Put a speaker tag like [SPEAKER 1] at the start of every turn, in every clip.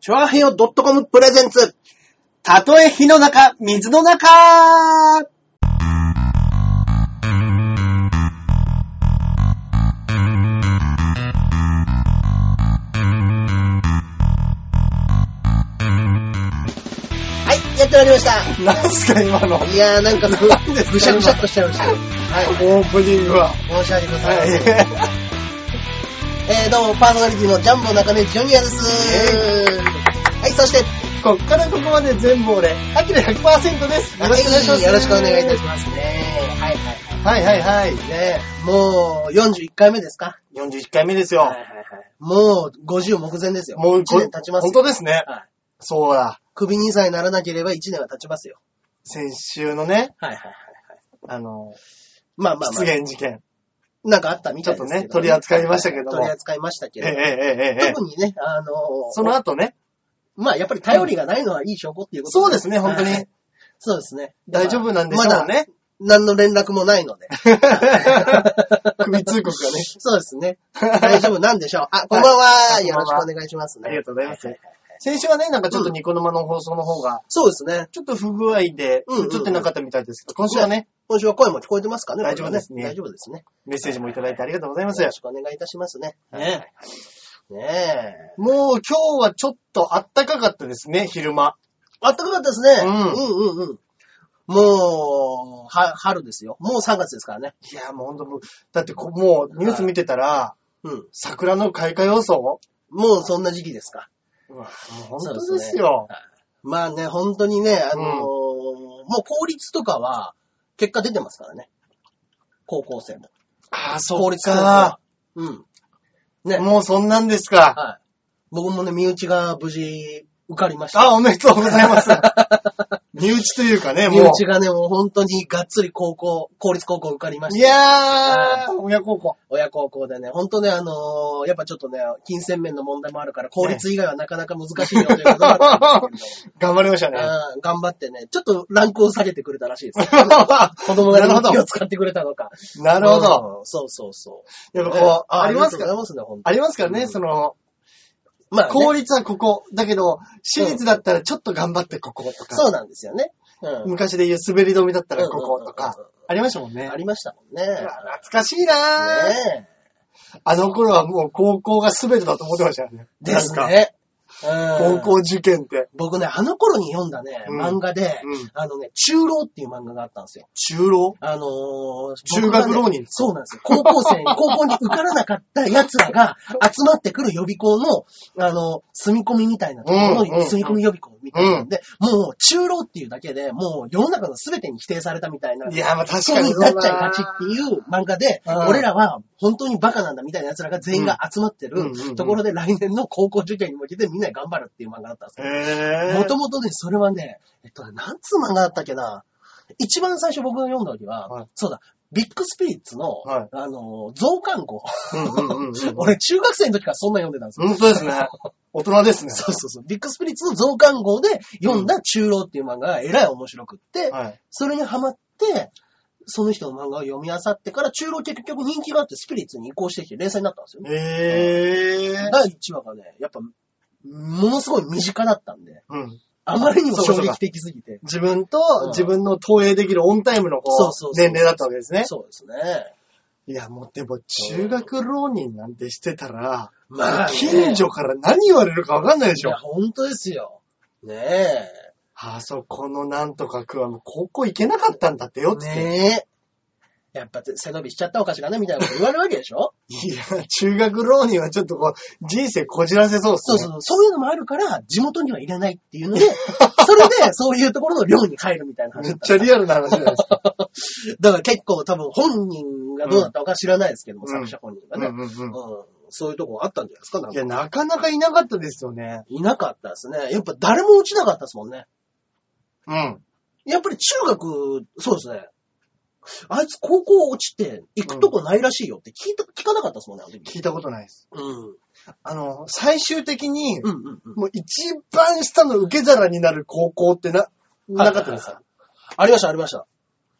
[SPEAKER 1] チョアヘヨ .com プレゼンツ。たとえ火の中、水の中はい、やってまいりました。
[SPEAKER 2] なんすか今の。
[SPEAKER 1] いやーなんかぐ、
[SPEAKER 2] 何ですか
[SPEAKER 1] ぐしゃぐしゃっとしちゃいました。はい。
[SPEAKER 2] オープニングは。
[SPEAKER 1] 申し訳ございません。
[SPEAKER 2] は
[SPEAKER 1] えー、どうも、パーソナリティのジャンボ中根ジュニアです。はい、そして、
[SPEAKER 2] い。こっからここまで全部俺、アキラ100%です。よろしくお願いしま
[SPEAKER 1] は
[SPEAKER 2] す。
[SPEAKER 1] よろしくお願いいたしますね。はいはいはい。
[SPEAKER 2] はいはいはい。
[SPEAKER 1] ねえもう、41回目ですか
[SPEAKER 2] 41回目ですよ。
[SPEAKER 1] もう、50目前ですよ。
[SPEAKER 2] もう
[SPEAKER 1] 1年経ちます
[SPEAKER 2] 本
[SPEAKER 1] よ。
[SPEAKER 2] 当ですね。
[SPEAKER 1] はい
[SPEAKER 2] そうだ。
[SPEAKER 1] 首にさえならなければ1年は経ちますよ。
[SPEAKER 2] 先週のね、
[SPEAKER 1] はいはいはい。
[SPEAKER 2] あの、
[SPEAKER 1] まあまあま
[SPEAKER 2] 失
[SPEAKER 1] あ、
[SPEAKER 2] 言事件。
[SPEAKER 1] なんかあったみたいですけど、
[SPEAKER 2] ちょっとね取り扱いましたけども
[SPEAKER 1] 取り扱いましたけ
[SPEAKER 2] えええ
[SPEAKER 1] ど。
[SPEAKER 2] えええええ。
[SPEAKER 1] 特にね、あのー
[SPEAKER 2] その後ね。
[SPEAKER 1] まあやっぱり頼りがないのはいい証拠っていうこと
[SPEAKER 2] そうですね、本当に。
[SPEAKER 1] はいそうですね。
[SPEAKER 2] 大丈夫なんでしょ
[SPEAKER 1] ま
[SPEAKER 2] う
[SPEAKER 1] だ
[SPEAKER 2] ね。
[SPEAKER 1] 何の連絡もないので。
[SPEAKER 2] 首通告がね。
[SPEAKER 1] そうですね。大丈夫なんでしょう。あ、こんばんは。よろしくお願いしますね。
[SPEAKER 2] ありがとうございます
[SPEAKER 1] ははは
[SPEAKER 2] 先週はね、なんかちょっとニコ生の放送の方が、
[SPEAKER 1] そうですね。
[SPEAKER 2] ちょっと不具合で
[SPEAKER 1] うんうんうん
[SPEAKER 2] 映ってなかったみたいですけど、今週はね、
[SPEAKER 1] 今週は声も聞こえてますかね
[SPEAKER 2] 大丈夫ですね
[SPEAKER 1] 大丈夫ですね。
[SPEAKER 2] メッセージもいただいてありがとうございます
[SPEAKER 1] よろ。しくお願いいたしますね。ねえ。ねえ。
[SPEAKER 2] もう今日はちょっと暖かかったですね、昼間。
[SPEAKER 1] あったかかったですね。
[SPEAKER 2] う
[SPEAKER 1] うんうんうん。もう、は、春ですよ。もう3月ですからね。
[SPEAKER 2] いや、もうほんともう、だってこもうニュース見てたら、
[SPEAKER 1] うん。
[SPEAKER 2] 桜の開花予想
[SPEAKER 1] もうそんな時期ですか。
[SPEAKER 2] うわ、もう本当ですよ。
[SPEAKER 1] まあね、本当にね、あのーもう効率とかは、結果出てますからね。高校生も。
[SPEAKER 2] ああ、そ
[SPEAKER 1] 効
[SPEAKER 2] う
[SPEAKER 1] 率高校
[SPEAKER 2] か
[SPEAKER 1] は。。うん。ね。
[SPEAKER 2] もうそんなんですか。
[SPEAKER 1] はい。僕もね、身内が無事受かりました。
[SPEAKER 2] あ、おめでとうござい ます。身内というかね、
[SPEAKER 1] 身
[SPEAKER 2] も
[SPEAKER 1] 内がね、もう本当にがっつり高校、公立高校受かりま
[SPEAKER 2] う。い
[SPEAKER 1] した。
[SPEAKER 2] やー、親孝行。
[SPEAKER 1] 親高校でね、本当ね、あのーやっぱちょっとね、金銭面の問題もあるから、公立以外はなかなか難しいよということがあったんです
[SPEAKER 2] 頑張りました
[SPEAKER 1] け ど、
[SPEAKER 2] ね。
[SPEAKER 1] うん頑張ってね、ちょっとランクを下げてくれたらし いです。子
[SPEAKER 2] 子
[SPEAKER 1] 供
[SPEAKER 2] な
[SPEAKER 1] な
[SPEAKER 2] る
[SPEAKER 1] り
[SPEAKER 2] ほ
[SPEAKER 1] に
[SPEAKER 2] ど
[SPEAKER 1] 気。を使ってくれたのか。
[SPEAKER 2] なるほど。
[SPEAKER 1] うん。そうそうそう。
[SPEAKER 2] やっぱこう、
[SPEAKER 1] ね
[SPEAKER 2] ああります
[SPEAKER 1] あ
[SPEAKER 2] か
[SPEAKER 1] が
[SPEAKER 2] ら、
[SPEAKER 1] とうございますね、本当
[SPEAKER 2] あ
[SPEAKER 1] に。
[SPEAKER 2] りますから
[SPEAKER 1] う
[SPEAKER 2] ね、
[SPEAKER 1] ん
[SPEAKER 2] その、
[SPEAKER 1] まあね、
[SPEAKER 2] 効率はここ。だけど、私立だったらちょっと頑張ってこことか。
[SPEAKER 1] そうなんですよね。うん。
[SPEAKER 2] 昔で言う滑り止めだったらここと
[SPEAKER 1] うんうん
[SPEAKER 2] か
[SPEAKER 1] うんうん、
[SPEAKER 2] ありましたもんね。
[SPEAKER 1] ありましたもんね。
[SPEAKER 2] うわ
[SPEAKER 1] ね
[SPEAKER 2] 懐かしいなぁ、
[SPEAKER 1] え。
[SPEAKER 2] あの頃はもう高校が全てだと思ってましたよね。
[SPEAKER 1] です
[SPEAKER 2] なんか。
[SPEAKER 1] ね。う
[SPEAKER 2] 高
[SPEAKER 1] ん
[SPEAKER 2] 校受験って。
[SPEAKER 1] 僕ね、あの頃に読んだね、
[SPEAKER 2] うん
[SPEAKER 1] 漫画で、
[SPEAKER 2] うん
[SPEAKER 1] あのね、中老っていう漫画があったんですよ。
[SPEAKER 2] 中老
[SPEAKER 1] あのー、
[SPEAKER 2] 中
[SPEAKER 1] 僕が
[SPEAKER 2] 学浪人
[SPEAKER 1] ね、そうなんですよ。高校 生、高校に受からなかった奴らが集まってくる予備校の、あの、住み込みみたいなところ
[SPEAKER 2] うんうん
[SPEAKER 1] の住み込み予備校みたいなので、もう中老っていうだけで、もう世の中の全てに否定されたみたいな。
[SPEAKER 2] いや、まあ確
[SPEAKER 1] そうい
[SPEAKER 2] か
[SPEAKER 1] う
[SPEAKER 2] に
[SPEAKER 1] 風になっちゃいがちっていう漫画で、
[SPEAKER 2] うん
[SPEAKER 1] 俺らは本当にバカなんだみたいな奴らが全員が集まって
[SPEAKER 2] うんうんうんう
[SPEAKER 1] る
[SPEAKER 2] ん
[SPEAKER 1] ところで来年の高校受験に向けてみんなで頑張るっていう漫画だったんですよ。
[SPEAKER 2] へ
[SPEAKER 1] も
[SPEAKER 2] ぇ
[SPEAKER 1] ともとね、それはね、えっとね、なんつう漫画だったっけな。一番最初僕が読んだ時は、
[SPEAKER 2] はい
[SPEAKER 1] そうだ、ビッグスピリッツの、
[SPEAKER 2] はい
[SPEAKER 1] あのー、増刊号。
[SPEAKER 2] うんうんうんうん。
[SPEAKER 1] 俺、中学生の時からそんな読んでたんですよ。
[SPEAKER 2] 本当ですね。大人ですね。
[SPEAKER 1] そうそうそう。ビッグスピリッツの増刊号で読んだ中老っていう漫画がえらい面白くって、
[SPEAKER 2] はい。
[SPEAKER 1] それにハマって、その人の漫画を読み漁ってから、中老結局人気があってスピリッツに移行してきて連載になったんですよね。
[SPEAKER 2] へぇー。
[SPEAKER 1] 第1話がね、やっぱ、ものすごい身近だったんで、
[SPEAKER 2] うん、
[SPEAKER 1] あまりにも
[SPEAKER 2] そうかそ
[SPEAKER 1] 衝
[SPEAKER 2] うか
[SPEAKER 1] 撃的すぎて。
[SPEAKER 2] 自分と
[SPEAKER 1] うん
[SPEAKER 2] 自分の投影できるオンタイムのこう
[SPEAKER 1] そうそうそう
[SPEAKER 2] 年齢だったわけですね。
[SPEAKER 1] そうですね。
[SPEAKER 2] いや、もうでも中学浪人なんてしてたら、
[SPEAKER 1] まあね
[SPEAKER 2] 近所から何言われるかわかんないでしょ
[SPEAKER 1] いや、。本当ですよ。ねえ。
[SPEAKER 2] あそこのなんとかくんはもう高校行けなかったんだってよって。
[SPEAKER 1] ねえ。やっぱ背伸びしちゃったおかしがね、みたいなこと言われるわけでしょ
[SPEAKER 2] いや、中学浪人はちょっとこう、人生こじらせそうっす
[SPEAKER 1] そう
[SPEAKER 2] ね。
[SPEAKER 1] そうそう。そういうのもあるから、地元には入れないってい うので、それで、そういうところの寮に帰るみたいな話
[SPEAKER 2] め
[SPEAKER 1] だ
[SPEAKER 2] っ
[SPEAKER 1] った
[SPEAKER 2] ちゃリアルな話じゃないですか。
[SPEAKER 1] だから結構多分本人がどうだったのか知らないですけども、
[SPEAKER 2] うん
[SPEAKER 1] 作者本人が
[SPEAKER 2] うん
[SPEAKER 1] ね、
[SPEAKER 2] うんうん
[SPEAKER 1] うんそういうとこあったんじゃないですか、なん
[SPEAKER 2] い
[SPEAKER 1] か
[SPEAKER 2] や、なかなかいなかったですよね。
[SPEAKER 1] いなかったですね。やっぱ誰も落ちなかったですもんね。
[SPEAKER 2] うん。
[SPEAKER 1] やっぱり中学、そうですね。あいつ高校落ちて行くとこないらしいよって聞いた、聞かなかったですもんね、あの時。
[SPEAKER 2] 聞いたことないです。
[SPEAKER 1] うん。
[SPEAKER 2] あの、最終的に、
[SPEAKER 1] うんうんうん。
[SPEAKER 2] もう一番下の受け皿になる高校ってな、なかったですか
[SPEAKER 1] ありました、ありました。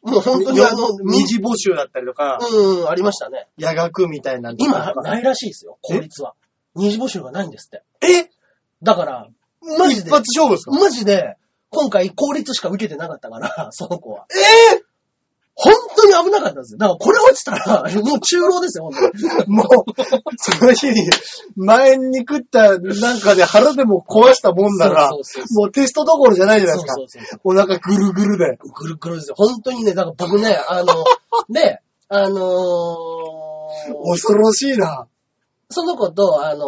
[SPEAKER 1] もう本当にあの、
[SPEAKER 2] 二次募集だったりとか、
[SPEAKER 1] うん、ありましたね。
[SPEAKER 2] 夜学みたいなんとか
[SPEAKER 1] 今、ないらしいですよ、公立は。二次募集がないんですって。
[SPEAKER 2] え
[SPEAKER 1] だから、マジ
[SPEAKER 2] 一
[SPEAKER 1] で
[SPEAKER 2] 発、勝負ですか
[SPEAKER 1] マジで、今回公立しか受けてなかったから、 その子は。
[SPEAKER 2] ええ
[SPEAKER 1] 本当に危なかったんですよ。だからこれ落ちたら、 もう中老ですよ、本当に。もう、
[SPEAKER 2] その日に、前に食ったなんかで腹でも壊したもんなら
[SPEAKER 1] そうそうそう、そ
[SPEAKER 2] もうテストどころじゃないじゃない
[SPEAKER 1] そ
[SPEAKER 2] で
[SPEAKER 1] う
[SPEAKER 2] すか
[SPEAKER 1] そう。そう。
[SPEAKER 2] お腹ぐるぐるで。
[SPEAKER 1] ぐるぐるですよ。本当にね、だから僕ね、あの、 で、あのー
[SPEAKER 2] 恐ろしいな。
[SPEAKER 1] その子と、あのー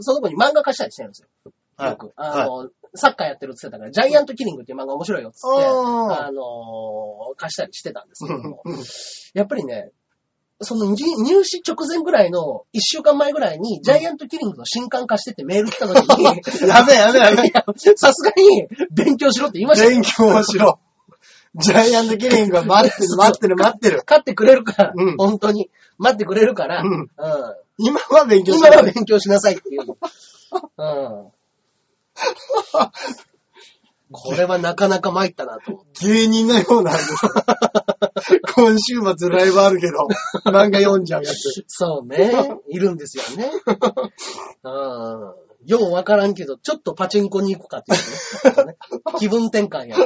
[SPEAKER 1] その子に漫画化したりしてるんですよ。
[SPEAKER 2] はい
[SPEAKER 1] 僕。あのーサッカーやってるって言ってたから、ジャイアントキリングっていう漫画面白いよってって、
[SPEAKER 2] あー
[SPEAKER 1] あのー貸したりしてたんですけど も
[SPEAKER 2] うんうん、
[SPEAKER 1] やっぱりね、その入入試直前ぐらいの、一週間前ぐらいに、ジャイアントキリングの新刊化してってメール来た時に、
[SPEAKER 2] やべえやべえやべえ。
[SPEAKER 1] いやさすがに勉強しろって言いましたよ
[SPEAKER 2] 勉強をし ろ。ジャイアントキリングが待ってる待ってる待ってる。
[SPEAKER 1] 勝ってくれるから、
[SPEAKER 2] うん
[SPEAKER 1] 本当に。待ってくれるから、
[SPEAKER 2] うん
[SPEAKER 1] うん
[SPEAKER 2] 今は勉強し
[SPEAKER 1] 今
[SPEAKER 2] ろ
[SPEAKER 1] は。勉強しなさいっていう。 うん。これはなかなか参ったなと思って。
[SPEAKER 2] 芸人のような。 今週末ライブあるけど、漫画読んじゃうや つ。
[SPEAKER 1] そうね。いるんですよね。うん。ようわからんけど、ちょっとパチンコに行くかっていうね。気分転換や。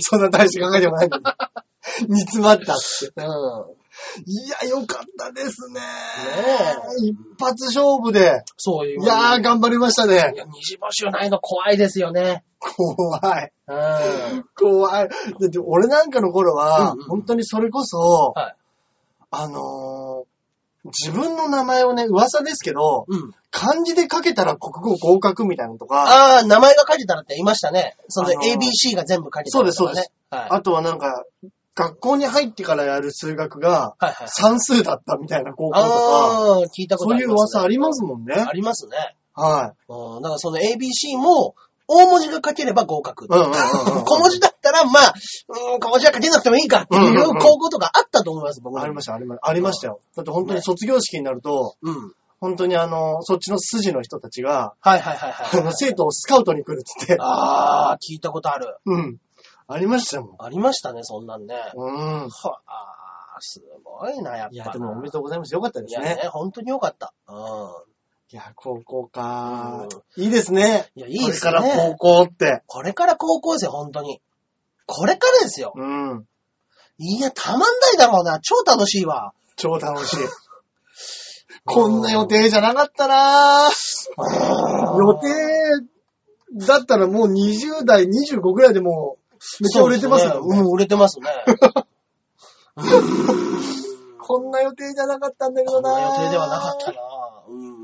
[SPEAKER 2] そんな大して考えてもないのに。煮詰まったって。
[SPEAKER 1] うん。
[SPEAKER 2] いや、よかったですね。
[SPEAKER 1] え
[SPEAKER 2] 一発勝負で。
[SPEAKER 1] そういう。
[SPEAKER 2] いやー、頑張りました
[SPEAKER 1] い
[SPEAKER 2] ね。
[SPEAKER 1] や、西星はないの怖いですよね。
[SPEAKER 2] 怖い。
[SPEAKER 1] うん。
[SPEAKER 2] 怖い。だって俺なんかの頃は、
[SPEAKER 1] うんうん
[SPEAKER 2] 本当にそれこそ、
[SPEAKER 1] はい。
[SPEAKER 2] あのー自分の名前をね、噂ですけど、
[SPEAKER 1] うん。
[SPEAKER 2] 漢字で書けたら国語合格みたいなのとか、あ
[SPEAKER 1] ああ、名前が書いてたらって言いましたね。その
[SPEAKER 2] あのー
[SPEAKER 1] ABC が全部書いてた
[SPEAKER 2] そう
[SPEAKER 1] らとかね。
[SPEAKER 2] ですそうです。
[SPEAKER 1] はい。
[SPEAKER 2] とはなんか、学校に入ってからやる数学が
[SPEAKER 1] はいはい。
[SPEAKER 2] 算数だったみたいな高校とか、
[SPEAKER 1] ああ、聞いたこ
[SPEAKER 2] そ
[SPEAKER 1] とあ
[SPEAKER 2] うい
[SPEAKER 1] り
[SPEAKER 2] う
[SPEAKER 1] ます、ね。
[SPEAKER 2] 噂ありますもんね。
[SPEAKER 1] ありますね。
[SPEAKER 2] は
[SPEAKER 1] うん。だからその ABC も、大文字が書ければ合格。
[SPEAKER 2] い。うんうんうんうん。
[SPEAKER 1] 小文字だったら、まあ、うん、小文字は書けなくてもいいかって
[SPEAKER 2] うん
[SPEAKER 1] い
[SPEAKER 2] うん
[SPEAKER 1] う
[SPEAKER 2] うん
[SPEAKER 1] 高校とかあったと思います、僕
[SPEAKER 2] ありま
[SPEAKER 1] し
[SPEAKER 2] した、ありました。ありましたよ。だって本当に卒業式になると、
[SPEAKER 1] た。うん。
[SPEAKER 2] 本当にあの、そっちの筋の人たちが、
[SPEAKER 1] はいはいはい
[SPEAKER 2] あ
[SPEAKER 1] は
[SPEAKER 2] の、
[SPEAKER 1] い。
[SPEAKER 2] 生徒をスカウトに来るっつって。
[SPEAKER 1] ああ、聞いたことある。
[SPEAKER 2] うん。ありましたもん。
[SPEAKER 1] ありましたね、そんなんね。
[SPEAKER 2] うん。
[SPEAKER 1] はあ、すごいな、やっぱ。
[SPEAKER 2] いや、でもおめでとうございます。よかったで
[SPEAKER 1] い
[SPEAKER 2] す
[SPEAKER 1] や
[SPEAKER 2] ね。
[SPEAKER 1] ね、本当によかった。うん。
[SPEAKER 2] いや、高校か。いいですね。
[SPEAKER 1] いや、いいです
[SPEAKER 2] これから高
[SPEAKER 1] ね。
[SPEAKER 2] 校って。
[SPEAKER 1] これから高校ですよ、本当に。これからですよ。
[SPEAKER 2] うん。
[SPEAKER 1] いや、たまんないだろうな。超楽しいわ。
[SPEAKER 2] 超楽しい。 こんな予定じゃなかったなぁ予定だったらもう20代、25ぐらいでもう、めっちゃ売れてます
[SPEAKER 1] ね。
[SPEAKER 2] よ、
[SPEAKER 1] うん、売れてます ね。
[SPEAKER 2] こんな予定じゃなかったんだけ
[SPEAKER 1] こ
[SPEAKER 2] ど
[SPEAKER 1] ん
[SPEAKER 2] なぁ
[SPEAKER 1] な予定ではなかったなうん。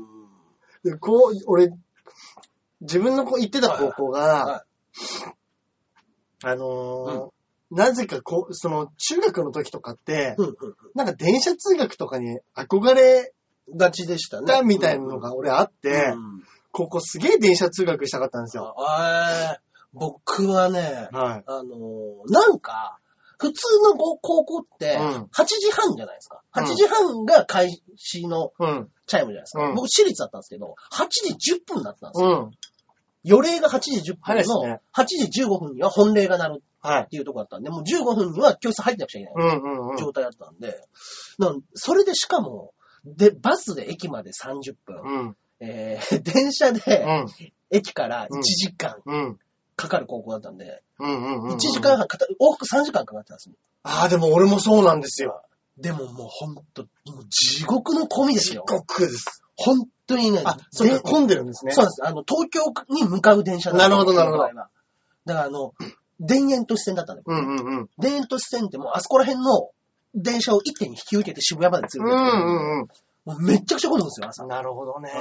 [SPEAKER 2] でこう、俺、自分のこう行ってた高校が、
[SPEAKER 1] はい
[SPEAKER 2] あのーなぜかこう、その、中学の時とかって、
[SPEAKER 1] うんうん
[SPEAKER 2] なんか電車通学とかに憧れ
[SPEAKER 1] うん。 ガチでしたね。
[SPEAKER 2] たみたいなのが俺あって、
[SPEAKER 1] うん
[SPEAKER 2] 高校すげえ電車通学したかったんですよ。
[SPEAKER 1] あえー僕はね、
[SPEAKER 2] はい。
[SPEAKER 1] あのーなんか、普通のご高校って、
[SPEAKER 2] うん
[SPEAKER 1] 8時半じゃないですか。
[SPEAKER 2] うん
[SPEAKER 1] 8時半が開始の
[SPEAKER 2] うん。
[SPEAKER 1] チャイムじゃないですか。
[SPEAKER 2] うん
[SPEAKER 1] 僕、私立だったんですけど、8時10分だったんですよ。
[SPEAKER 2] うん。
[SPEAKER 1] 予例が8時10
[SPEAKER 2] 早いで
[SPEAKER 1] 分
[SPEAKER 2] すね
[SPEAKER 1] の、8時15分には本例が鳴る
[SPEAKER 2] はい
[SPEAKER 1] っ。ていうとこだったんで、もう15分には教室入ってなくちゃいけない。
[SPEAKER 2] うんうんうん。
[SPEAKER 1] 状態だったんで、なんそれでしかも、で、バスで駅まで30分、
[SPEAKER 2] うん。
[SPEAKER 1] えー、 電車
[SPEAKER 2] う
[SPEAKER 1] で
[SPEAKER 2] ん。
[SPEAKER 1] 駅から1時間
[SPEAKER 2] うん。
[SPEAKER 1] かかる高校だったんで、
[SPEAKER 2] うんうんうん。
[SPEAKER 1] 1時間。半かか、往復3時間かかってたんですよ。
[SPEAKER 2] ああ、でも俺もそうなんですよ。
[SPEAKER 1] でももうほんと、もう地獄の込みですよ。
[SPEAKER 2] 国です。
[SPEAKER 1] 本当にね、
[SPEAKER 2] あ、それ
[SPEAKER 1] で
[SPEAKER 2] が混んでるんですね。
[SPEAKER 1] そうなんです。あの、東京に向かう電車
[SPEAKER 2] なるほどなるほど
[SPEAKER 1] ど。だからあの、田園都市線だったんだけど、
[SPEAKER 2] うんうんうん。
[SPEAKER 1] 田園都市線ってもうあそこら辺の電車を一手に引き受けて渋谷まで
[SPEAKER 2] うん
[SPEAKER 1] 連れてってくれるん
[SPEAKER 2] う
[SPEAKER 1] で
[SPEAKER 2] んう
[SPEAKER 1] もうめっちゃくちゃ混むんですよ、朝。
[SPEAKER 2] ん。なるほどね。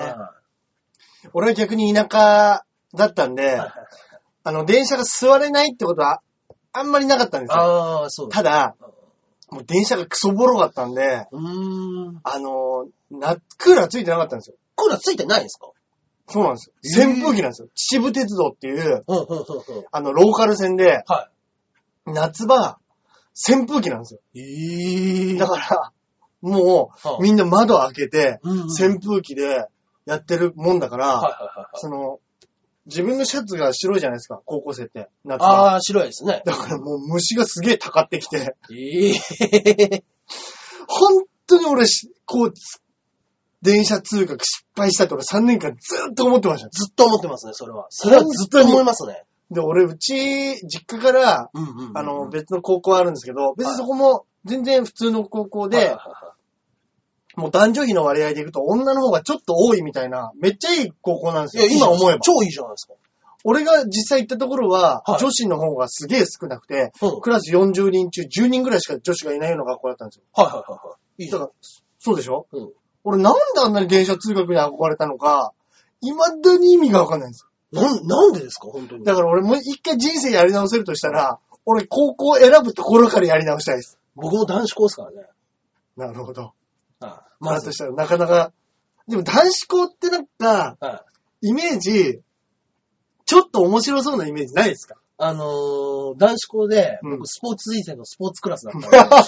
[SPEAKER 1] うん
[SPEAKER 2] 俺は逆に田舎だったんで、あの、電車が座れないってことは、あんまりなかったんですよ。
[SPEAKER 1] ああ、そうだ。
[SPEAKER 2] ただ、もう電車がクソボロかったんで、
[SPEAKER 1] うーん。
[SPEAKER 2] あの、な、クーラーついてなかったんですよ。
[SPEAKER 1] クーラーついてないんですか
[SPEAKER 2] そうなんです
[SPEAKER 1] へ
[SPEAKER 2] よ。
[SPEAKER 1] ー
[SPEAKER 2] 扇風機なんですよ。秩父鉄道っていう、
[SPEAKER 1] うん、うん、うん、うん。
[SPEAKER 2] あの、ローカル線で、
[SPEAKER 1] は
[SPEAKER 2] 夏場、扇風機なんですよ。
[SPEAKER 1] い。ええ
[SPEAKER 2] だから、も
[SPEAKER 1] はあ
[SPEAKER 2] う、みんな窓開けて、
[SPEAKER 1] うんうん
[SPEAKER 2] 扇風機でやってるもんだから、
[SPEAKER 1] はい、はい、はい。
[SPEAKER 2] その、自分のシャツが白いじゃないですか、高校生って、夏場。
[SPEAKER 1] ああ、白いですね。
[SPEAKER 2] だからもう虫がすげえたかってきて、
[SPEAKER 1] ええ
[SPEAKER 2] 本当に俺し、こう、つ電車通学失敗したって俺3年間ずっと思ってました。
[SPEAKER 1] ずっと思ってますね、それは。それはずっと思いますね。
[SPEAKER 2] で、俺、うち、実家から、
[SPEAKER 1] うんうんうんうん
[SPEAKER 2] あの、別の高校あるんですけど、別にそこも全然普通の高校
[SPEAKER 1] はいは
[SPEAKER 2] で
[SPEAKER 1] い、は
[SPEAKER 2] もう男女比の割合でいくと女の方がちょっと多いみたいな、めっちゃいい高校なんです
[SPEAKER 1] い
[SPEAKER 2] よ。
[SPEAKER 1] いや、今
[SPEAKER 2] 今
[SPEAKER 1] 思
[SPEAKER 2] 思
[SPEAKER 1] え
[SPEAKER 2] え
[SPEAKER 1] ば。
[SPEAKER 2] ば。
[SPEAKER 1] 超いいじゃないですか。
[SPEAKER 2] 俺が実際行ったところは、
[SPEAKER 1] はい
[SPEAKER 2] 女子の方がすげえ少なくて、
[SPEAKER 1] うん。
[SPEAKER 2] クラス40人中10人ぐらいしか女子がいないような学校だったんですよ。
[SPEAKER 1] はいはいはいはい。いいじゃ
[SPEAKER 2] だ
[SPEAKER 1] ん。
[SPEAKER 2] から、そうでしょ
[SPEAKER 1] うん
[SPEAKER 2] 俺なんであんなに電車通学に憧れたのか、未だに意味がわかんないんですよ。
[SPEAKER 1] なん、なんでですか、本当に。
[SPEAKER 2] だから俺もう一回人生やり直せるとしたら、俺高校選ぶところからやり直したいです。
[SPEAKER 1] 僕も男子校ですからね。
[SPEAKER 2] なるほど。
[SPEAKER 1] ああ
[SPEAKER 2] まあ、としたらなかなか、でも男子校ってなんか、
[SPEAKER 1] はい。
[SPEAKER 2] イメージ、ちょっと面白そうなイメージないですか
[SPEAKER 1] あのー、男子校で、
[SPEAKER 2] うん
[SPEAKER 1] 僕スポーツ推薦のスポーツクラスだったんで、
[SPEAKER 2] バ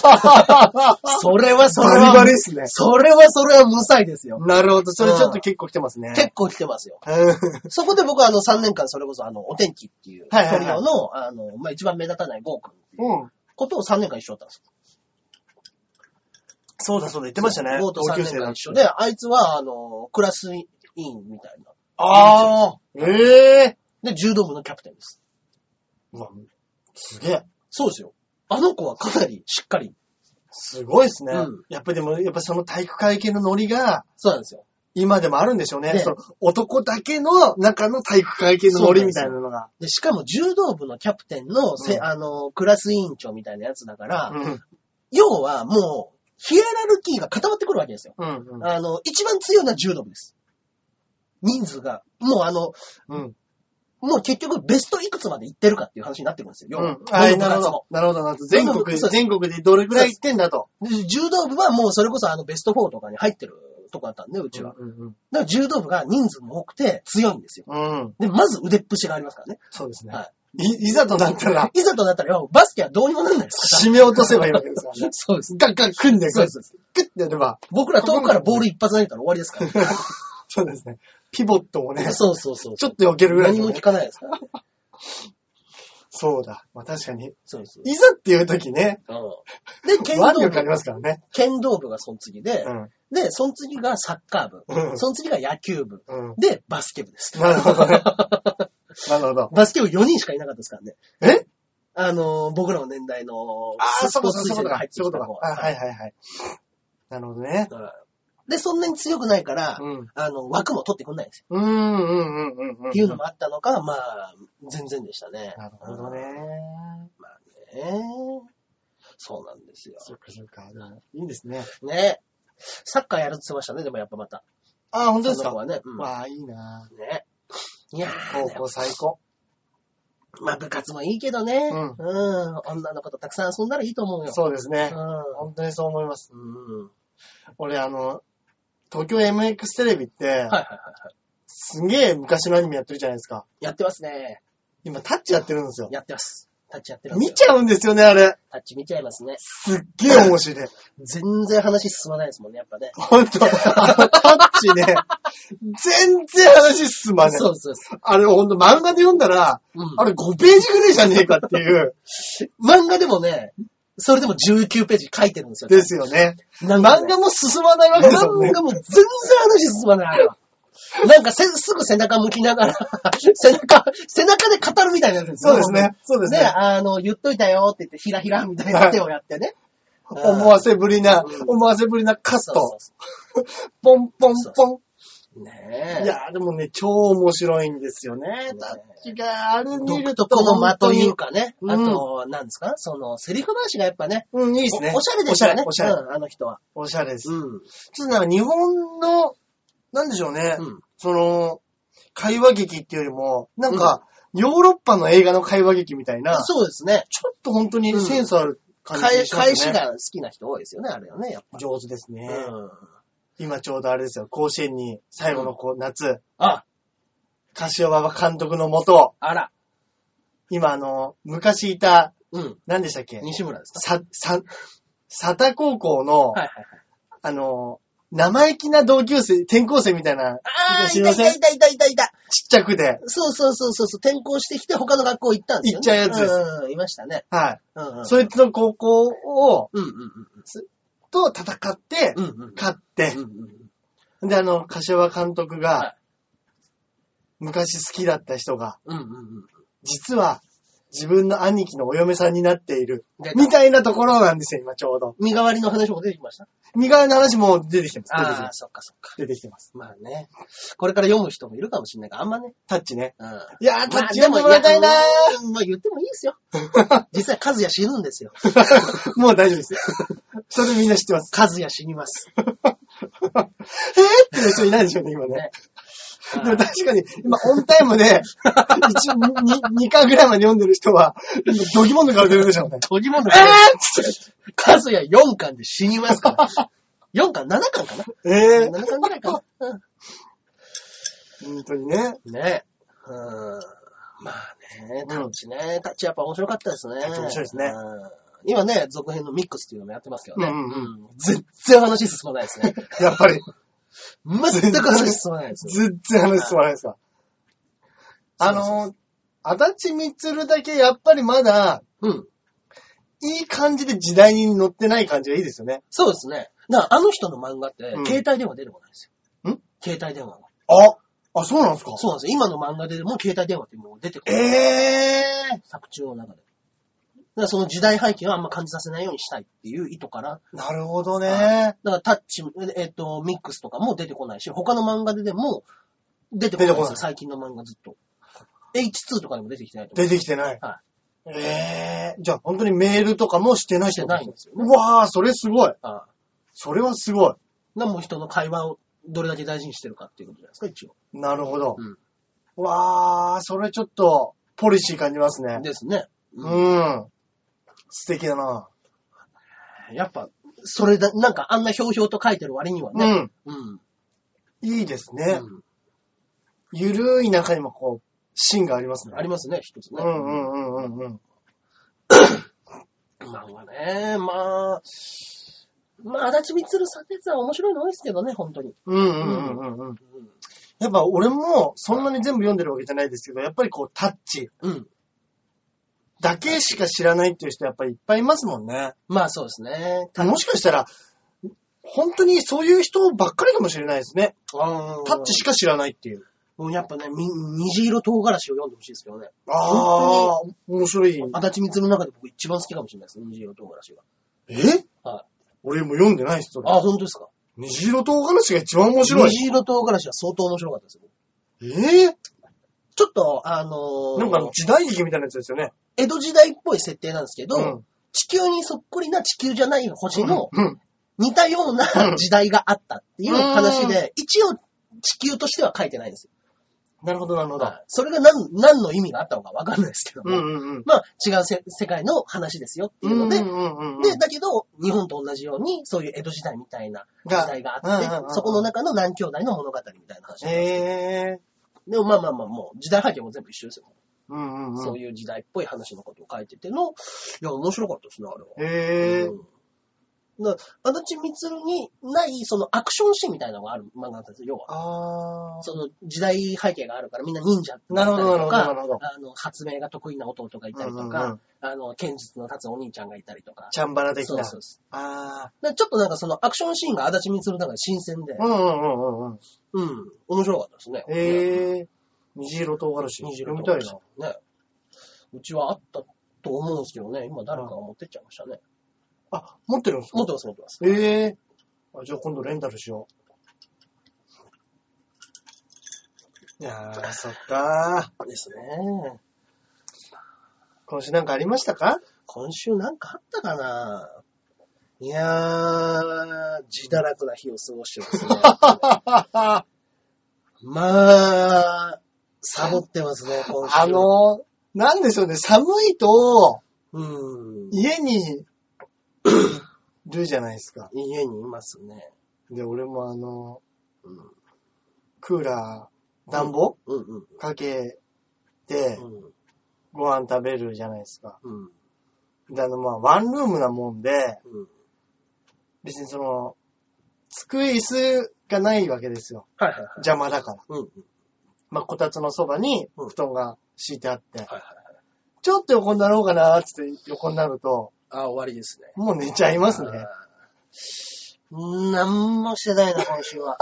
[SPEAKER 1] それはそれは、
[SPEAKER 2] リバリですね。
[SPEAKER 1] それはそれは無才ですよ。
[SPEAKER 2] なるほど。それちょっと結構来てますね。
[SPEAKER 1] 結構来てますよ。
[SPEAKER 2] うん
[SPEAKER 1] そこで僕はあの3年間それこそあの、お天気っていう、ト
[SPEAKER 2] はい
[SPEAKER 1] リ
[SPEAKER 2] はいはい
[SPEAKER 1] オの、あの、まあ、一番目立たないゴー君っていう
[SPEAKER 2] うん。
[SPEAKER 1] ことを3年間一緒だったんですよ。
[SPEAKER 2] そうだそうだ、言ってましたね。
[SPEAKER 1] ゴーと
[SPEAKER 2] 同
[SPEAKER 1] 3
[SPEAKER 2] 級
[SPEAKER 1] 年
[SPEAKER 2] 生
[SPEAKER 1] 間
[SPEAKER 2] だ
[SPEAKER 1] 一緒で、あいつはあの、クラス委員みたいな。
[SPEAKER 2] ああ、ええ
[SPEAKER 1] で、柔道部のキャプテンです。
[SPEAKER 2] うわ、すげえ。
[SPEAKER 1] そうですよ。あの子はかなりしっかり。
[SPEAKER 2] すごいですね。
[SPEAKER 1] うん
[SPEAKER 2] やっぱりでも、やっぱその体育会系のノリが、
[SPEAKER 1] そうなんですよ。
[SPEAKER 2] 今でもあるんでしょうね。
[SPEAKER 1] ね
[SPEAKER 2] その男だけの中の体育会系のノリみたいなのが。
[SPEAKER 1] で、しかも柔道部のキャプテンの、せ
[SPEAKER 2] うん
[SPEAKER 1] あの、クラス委員長みたいなやつだから、
[SPEAKER 2] うん。
[SPEAKER 1] 要はもう、ヒエラルキーが固まってくるわけですよ。
[SPEAKER 2] うん。
[SPEAKER 1] あの、一番強いのは柔道部です。人数が、もうあの、
[SPEAKER 2] うん。
[SPEAKER 1] もう結局ベストいくつまで行ってるかっていう話になってくるんですよ。要
[SPEAKER 2] う
[SPEAKER 1] は
[SPEAKER 2] ん。はい、
[SPEAKER 1] どの
[SPEAKER 2] な
[SPEAKER 1] 部
[SPEAKER 2] る
[SPEAKER 1] 活
[SPEAKER 2] ほ
[SPEAKER 1] も
[SPEAKER 2] ど。なるほどなるほど。全
[SPEAKER 1] どの
[SPEAKER 2] 国
[SPEAKER 1] 部そう
[SPEAKER 2] で、全国でどれぐらい行ってんだと。
[SPEAKER 1] で柔道部はもうそれこそあのベスト4とかに入ってるとこだったんで、うちは。
[SPEAKER 2] うんうん
[SPEAKER 1] だから柔道部が人数も多くて強いんですよ。
[SPEAKER 2] うん。うん。
[SPEAKER 1] で、まず腕っぷしがありますからね。
[SPEAKER 2] そうですね。。
[SPEAKER 1] はい
[SPEAKER 2] いざとなったら、
[SPEAKER 1] いざとなったら、要はバスケはどうにもなんないです
[SPEAKER 2] 締め落とせばいいわけですか
[SPEAKER 1] か
[SPEAKER 2] ら
[SPEAKER 1] らね。
[SPEAKER 2] ね
[SPEAKER 1] そうです。
[SPEAKER 2] ガッガッ組んで、
[SPEAKER 1] そうです。
[SPEAKER 2] グッてやれば。
[SPEAKER 1] 僕ら遠くからボール一発投げたら終わりですから、
[SPEAKER 2] そうですね。ピボットをね、
[SPEAKER 1] そうそうそう。
[SPEAKER 2] ちょっと避けるぐらい
[SPEAKER 1] 何
[SPEAKER 2] の
[SPEAKER 1] も
[SPEAKER 2] ね、
[SPEAKER 1] 聞かないですから、ね。
[SPEAKER 2] そうだ。まあ確かに。
[SPEAKER 1] そうです。
[SPEAKER 2] いざっていう時ね、
[SPEAKER 1] で、剣道
[SPEAKER 2] 腕力あり
[SPEAKER 1] 部、
[SPEAKER 2] ますからね。
[SPEAKER 1] 剣道部がその次で、
[SPEAKER 2] うん。
[SPEAKER 1] で、その次がサッカー部、
[SPEAKER 2] うん
[SPEAKER 1] その次が野球部、
[SPEAKER 2] うん。
[SPEAKER 1] で、バスケ部です。
[SPEAKER 2] なるほど ね。なるほど。
[SPEAKER 1] バスケ部4人しかいなかったですからね。
[SPEAKER 2] え
[SPEAKER 1] あのー僕らの年代の
[SPEAKER 2] ああ、そうか、そう
[SPEAKER 1] スポーツ推
[SPEAKER 2] いうこと
[SPEAKER 1] 薦が
[SPEAKER 2] か
[SPEAKER 1] 入ってき
[SPEAKER 2] そういう
[SPEAKER 1] た
[SPEAKER 2] こと
[SPEAKER 1] 子
[SPEAKER 2] か。あはいはいはい。なるほどね。
[SPEAKER 1] はいで、そんなに強くないから、
[SPEAKER 2] うん。
[SPEAKER 1] あの、枠も取ってくんないんですよ。
[SPEAKER 2] うん、うん、うん、うんうん。
[SPEAKER 1] っていうのもあったのか、まあ、全然でしたね。
[SPEAKER 2] なるほどね。
[SPEAKER 1] まあね。そうなんですよ。
[SPEAKER 2] そっかそっか。いいですね。
[SPEAKER 1] ね。サッカーやるって言ってましたね、でもやっぱまた。
[SPEAKER 2] ああ、本当です
[SPEAKER 1] その
[SPEAKER 2] か
[SPEAKER 1] 子はね。うん
[SPEAKER 2] わあ、いいな
[SPEAKER 1] ね。いやー
[SPEAKER 2] 高校最高。
[SPEAKER 1] まあ部活もいいけどね。う
[SPEAKER 2] うんん。
[SPEAKER 1] 女の子とたくさん遊んだらいいと思うよ。
[SPEAKER 2] そうですね。
[SPEAKER 1] う
[SPEAKER 2] 本当にそう思います。
[SPEAKER 1] ん。うん。はい
[SPEAKER 2] 俺、あの、東京 MX テレビって、
[SPEAKER 1] はいはい。
[SPEAKER 2] すげえ昔のアニメやってるじゃないですか。
[SPEAKER 1] やってますね。
[SPEAKER 2] 今、タッチやってるんですよ。
[SPEAKER 1] やってます。タッチやってますよ。
[SPEAKER 2] 見ちゃうんですよね、あれ。
[SPEAKER 1] タッチ見ちゃいますね。
[SPEAKER 2] すっげえ面 白い。
[SPEAKER 1] 全然話進まないですもんね、やっぱね。
[SPEAKER 2] ほんと、あのタッチね、全然話進まない。
[SPEAKER 1] そうそうそう。
[SPEAKER 2] あれほんと漫画で読んだら、
[SPEAKER 1] うん
[SPEAKER 2] あれ5ページぐらいじゃねえかっていう、
[SPEAKER 1] 漫画でもね、それでも19ページ書いてるんですよ。
[SPEAKER 2] ですよね。
[SPEAKER 1] なんか
[SPEAKER 2] 漫
[SPEAKER 1] ね
[SPEAKER 2] 画も進まないわけですよね
[SPEAKER 1] 漫。画も全然話進まない、あれは。なんかせ、すぐ背中向きながら、 背中、背中で語るみたいなやつですよ
[SPEAKER 2] そうですね。。そうです
[SPEAKER 1] ね、
[SPEAKER 2] ね。
[SPEAKER 1] あの、言っといたよって言って、ひらひらみたいな手をやってね。
[SPEAKER 2] 思わせぶりな
[SPEAKER 1] うん、
[SPEAKER 2] 思わせぶりなカス
[SPEAKER 1] そうそ
[SPEAKER 2] ト
[SPEAKER 1] う。そ
[SPEAKER 2] ポンポンポ
[SPEAKER 1] う。ね
[SPEAKER 2] ン。
[SPEAKER 1] え。
[SPEAKER 2] いやーでもね、超面白いんですよね。タッチがある見
[SPEAKER 1] 独
[SPEAKER 2] ると、
[SPEAKER 1] 特の間というかね。
[SPEAKER 2] うん
[SPEAKER 1] あと、なんですかその、セリフ回しがやっぱね、
[SPEAKER 2] うん、いいですね。
[SPEAKER 1] おおしゃれですよね。
[SPEAKER 2] おしゃれ、おしゃれ。
[SPEAKER 1] うん、あの人は。
[SPEAKER 2] おしゃれです。
[SPEAKER 1] うん。
[SPEAKER 2] ちょっとなんか日本の、なんでしょうね。
[SPEAKER 1] うん
[SPEAKER 2] その、会話劇っていうよりも、なんか、ヨーロッパの映画の会話劇みたいな、
[SPEAKER 1] そうですね。
[SPEAKER 2] ちょっと本当にセンスある感じ
[SPEAKER 1] 返
[SPEAKER 2] で
[SPEAKER 1] し
[SPEAKER 2] しますね。
[SPEAKER 1] 返しが好きな人多いですよね、あれはね、やっぱ。
[SPEAKER 2] 上手ですね。
[SPEAKER 1] うん。
[SPEAKER 2] 今ちょうどあれですよ、甲子園に最後のこう夏、
[SPEAKER 1] あ、
[SPEAKER 2] 柏馬場監督のもと、
[SPEAKER 1] あら。
[SPEAKER 2] 今あの、昔いた、
[SPEAKER 1] うん。
[SPEAKER 2] 何でしたっけ
[SPEAKER 1] 西村ですか
[SPEAKER 2] さ、さ、佐田高校の、
[SPEAKER 1] はいはいはい。
[SPEAKER 2] あの、生意気な同級生、転校生みたいな、
[SPEAKER 1] ああ、
[SPEAKER 2] す
[SPEAKER 1] い
[SPEAKER 2] い
[SPEAKER 1] た
[SPEAKER 2] ま
[SPEAKER 1] い
[SPEAKER 2] せ
[SPEAKER 1] た
[SPEAKER 2] ん
[SPEAKER 1] いたいたいたいた。
[SPEAKER 2] ちっちゃくで、
[SPEAKER 1] そうそうそうそうそう。転校してきて他の学校行ったんですよ、ね。
[SPEAKER 2] 行っちゃうやつです
[SPEAKER 1] うん、いましたね。
[SPEAKER 2] はい。
[SPEAKER 1] うん、うん。
[SPEAKER 2] そいつの高校を、
[SPEAKER 1] うんうん
[SPEAKER 2] と戦って
[SPEAKER 1] う、ん。うんうん。
[SPEAKER 2] 勝って
[SPEAKER 1] うん、うんうん。
[SPEAKER 2] で、あの、柏監督
[SPEAKER 1] は
[SPEAKER 2] が、昔好きだった人が、
[SPEAKER 1] うんうんうん。
[SPEAKER 2] 実は自分の兄貴のお嫁さんになっている
[SPEAKER 1] 出、た
[SPEAKER 2] みたいなところなんですよ、今ちょうど。
[SPEAKER 1] 身代わりの話も出てきました。
[SPEAKER 2] 身代わりの話も出てきてます。出てきて
[SPEAKER 1] ああ
[SPEAKER 2] ま
[SPEAKER 1] ー、
[SPEAKER 2] す。
[SPEAKER 1] そっかそっか。
[SPEAKER 2] 出てきてます。
[SPEAKER 1] まあね。これから読む人もいるかもしれないから、あんまね。
[SPEAKER 2] タッチね。
[SPEAKER 1] うん。
[SPEAKER 2] いやー、タ
[SPEAKER 1] ま
[SPEAKER 2] ッ
[SPEAKER 1] あ
[SPEAKER 2] チ読んでもらいたいなー。
[SPEAKER 1] でもやうんまあ言ってもいいで すよ。実際、カズヤ死ぬんですよ。
[SPEAKER 2] もう大丈夫ですよ。それみんな知ってます。
[SPEAKER 1] カズヤ死 にます。
[SPEAKER 2] えー、っていう人いないでしょうね、今ね。でも確かに、今オンタイムで、2巻ぐらいまで読んでる人は、ドギモンの顔出るでしょうね。
[SPEAKER 1] 閉じ物
[SPEAKER 2] え
[SPEAKER 1] が
[SPEAKER 2] ー
[SPEAKER 1] ね、
[SPEAKER 2] っつって
[SPEAKER 1] カズヤ4巻で死にますから。4巻 ?7 巻かな
[SPEAKER 2] えー
[SPEAKER 1] ?7 巻ぐらいかな。うん
[SPEAKER 2] 本当にね。
[SPEAKER 1] ねえ。うん。まあね、タッチね。タッチやっぱ面白かったですね。
[SPEAKER 2] タッチ面白いですね
[SPEAKER 1] うん。今ね、続編のミックスっていうのもやってますけどね。
[SPEAKER 2] うんうんうん
[SPEAKER 1] ん全然話進まないですね。
[SPEAKER 2] やっぱり、
[SPEAKER 1] 全く話進まないですね。
[SPEAKER 2] 全然話進まないですわ。あのー、足立みつるだけやっぱりまだ、
[SPEAKER 1] うん。
[SPEAKER 2] いい感じで時代に乗ってない感じがいいですよね。
[SPEAKER 1] そうですね。だからあの人の漫画って、
[SPEAKER 2] うん
[SPEAKER 1] 携帯電話出てこないんですよ。
[SPEAKER 2] ん
[SPEAKER 1] 携帯電話が。
[SPEAKER 2] あ、あ、そうなんですか
[SPEAKER 1] そうなんですよ。今の漫画でも携帯電話ってもう出てこ
[SPEAKER 2] え
[SPEAKER 1] ない。
[SPEAKER 2] えー、
[SPEAKER 1] 作中の中で。だからその時代背景をあんま感じさせないようにしたいっていう意図から、
[SPEAKER 2] なるほどね。
[SPEAKER 1] だからタッチ、えっ、と、ミックスとかも出てこないし、他の漫画ででも出てこないん
[SPEAKER 2] 出
[SPEAKER 1] で
[SPEAKER 2] てこ
[SPEAKER 1] す
[SPEAKER 2] な
[SPEAKER 1] よ。
[SPEAKER 2] い
[SPEAKER 1] 最近の漫画ずっと。H2 とかでも出てきてないと思う。
[SPEAKER 2] 出てきてない。
[SPEAKER 1] は
[SPEAKER 2] ええー、じゃあ本当にメールとかもしてない
[SPEAKER 1] してないん
[SPEAKER 2] う
[SPEAKER 1] ですよね。
[SPEAKER 2] わー、それすごい。
[SPEAKER 1] ああ
[SPEAKER 2] それはすごい。
[SPEAKER 1] だからもう人の会話をどれだけ大事にしてるかっていうことじゃないですか、一応。
[SPEAKER 2] なるほど。
[SPEAKER 1] うん
[SPEAKER 2] わー、それちょっと、ポリシー感じますね。
[SPEAKER 1] ですね。うん
[SPEAKER 2] うん。素敵だな。
[SPEAKER 1] やっぱ、それだ、なんかあんなひょうひょうと書いてる割には
[SPEAKER 2] う
[SPEAKER 1] ね。
[SPEAKER 2] ん。
[SPEAKER 1] うん。
[SPEAKER 2] いいです
[SPEAKER 1] う
[SPEAKER 2] ね。
[SPEAKER 1] ん。
[SPEAKER 2] ゆるい中にもこう、芯がありますね。
[SPEAKER 1] ありますね、一つね。
[SPEAKER 2] うんうんうんうんうん。
[SPEAKER 1] 漫画ね、まあ、まあ、足立みつるさんってやつは面白いの多いですけどね、本当に。
[SPEAKER 2] うんうんうんうんうん。
[SPEAKER 1] うん。
[SPEAKER 2] やっぱ俺もそんなに全部読んでるわけじゃないですけど、やっぱりこうタッチ
[SPEAKER 1] うん。
[SPEAKER 2] だけしか知らないっていう人やっぱりいっぱいいますもんね。
[SPEAKER 1] まあそうですね。
[SPEAKER 2] もしかしたら、本当にそういう人ばっかりかもしれないですね。タ
[SPEAKER 1] タ
[SPEAKER 2] ッチしか知らないっていう。
[SPEAKER 1] もうやっぱね、み虹色唐辛子を読んでほしいですけどね。
[SPEAKER 2] ああ、面白い。
[SPEAKER 1] 足立みつるの中で僕一番好きかもしれないです、虹色唐辛子が。
[SPEAKER 2] え
[SPEAKER 1] はい
[SPEAKER 2] 俺も読んでない人だ。
[SPEAKER 1] あ、本当ですか。
[SPEAKER 2] 虹色唐辛子が一番面白い。
[SPEAKER 1] 虹色唐辛子は相当面白かったですよ。
[SPEAKER 2] えー、
[SPEAKER 1] ちょっと、あのー
[SPEAKER 2] なんか時代劇みたいなやつですよね。
[SPEAKER 1] 江戸時代っぽい設定なんですけど、
[SPEAKER 2] うん
[SPEAKER 1] 地球にそっくりな地球じゃない星の
[SPEAKER 2] うん。
[SPEAKER 1] 似たよう
[SPEAKER 2] うん
[SPEAKER 1] な時代があったっていう話で、一応地球としては書いてないんですよ。
[SPEAKER 2] なるほど、なるほど。
[SPEAKER 1] それが何何の意味があったのかわかんないですけど
[SPEAKER 2] うん
[SPEAKER 1] も、
[SPEAKER 2] うんうん。
[SPEAKER 1] まあ違うせ世界の話ですよっていうので、
[SPEAKER 2] うんうんうんうん、
[SPEAKER 1] で、だけど、日本と同じように、そういう江戸時代みたいな時代があって、
[SPEAKER 2] うんうんうん
[SPEAKER 1] そこの中の何兄弟の物語みたいな話。
[SPEAKER 2] え
[SPEAKER 1] でもまあまあまあ、もう時代背景も全部一緒ですよ。
[SPEAKER 2] ー、うんうんう。
[SPEAKER 1] そうんいう時代っぽい話のことを書いてての、いや、面白かったですね、あれは。
[SPEAKER 2] えー、
[SPEAKER 1] うん、だから足立みつるにない、そのアクションシーンみたいなのがある漫画だったんですよ、要は。
[SPEAKER 2] あー
[SPEAKER 1] その時代背景があるからみんな忍者だったりと
[SPEAKER 2] なるほどなるほど
[SPEAKER 1] か
[SPEAKER 2] なるほど
[SPEAKER 1] あの、発明が得意な弟がいたりと
[SPEAKER 2] うんうんう
[SPEAKER 1] か
[SPEAKER 2] ん、
[SPEAKER 1] あの、剣術の立つお兄ちゃんがいたりとか。
[SPEAKER 2] チャンバラ的
[SPEAKER 1] そう
[SPEAKER 2] な。
[SPEAKER 1] そうそう。
[SPEAKER 2] あ
[SPEAKER 1] だからちょっとなんかそのアクションシーンが足立みつるの中で新鮮で
[SPEAKER 2] ー。、うんうんうんうんうん。
[SPEAKER 1] うん、面白かったですね。
[SPEAKER 2] えー、虹色唐辛子。
[SPEAKER 1] 26
[SPEAKER 2] 読みたいな。
[SPEAKER 1] ね。うちはあったと思うんですけどね、今誰かが持ってっちゃいましたね。
[SPEAKER 2] あ、持ってるんですか
[SPEAKER 1] 持ってます、持ってます。
[SPEAKER 2] ええあじゃあ今度レンタルしよう。いやー、そっかー。
[SPEAKER 1] ですね。
[SPEAKER 2] 今週なんかありましたか
[SPEAKER 1] 今週なんかあったかないやー、自堕落な日を過ごして ますね。
[SPEAKER 2] あ
[SPEAKER 1] まあ、サボってますね、今週。、
[SPEAKER 2] のー、なんでしょうね、寒いと、
[SPEAKER 1] うん。
[SPEAKER 2] 家に、いるじゃないですか。
[SPEAKER 1] 家にいますね。
[SPEAKER 2] で、俺もあの
[SPEAKER 1] うん。
[SPEAKER 2] ー、クーラー、暖房
[SPEAKER 1] うんうん。
[SPEAKER 2] かけて
[SPEAKER 1] う、ん。
[SPEAKER 2] ご飯食べるじゃないですか。
[SPEAKER 1] うん。
[SPEAKER 2] で、あの、まあ、ワンルームなもんで、
[SPEAKER 1] うん。
[SPEAKER 2] 別にその、机、椅子がないわけですよ。
[SPEAKER 1] はいはいはい。
[SPEAKER 2] 邪魔だから。
[SPEAKER 1] うんうん。
[SPEAKER 2] まあ、こたつのそばに
[SPEAKER 1] うん
[SPEAKER 2] 布団が敷いてあって、
[SPEAKER 1] はいはいはい。
[SPEAKER 2] ちょっと横になろうかなーっつって横になると、
[SPEAKER 1] あ、終わりですね。
[SPEAKER 2] もう寝ちゃいます
[SPEAKER 1] あー
[SPEAKER 2] ね。
[SPEAKER 1] なんもしてないな、今週は。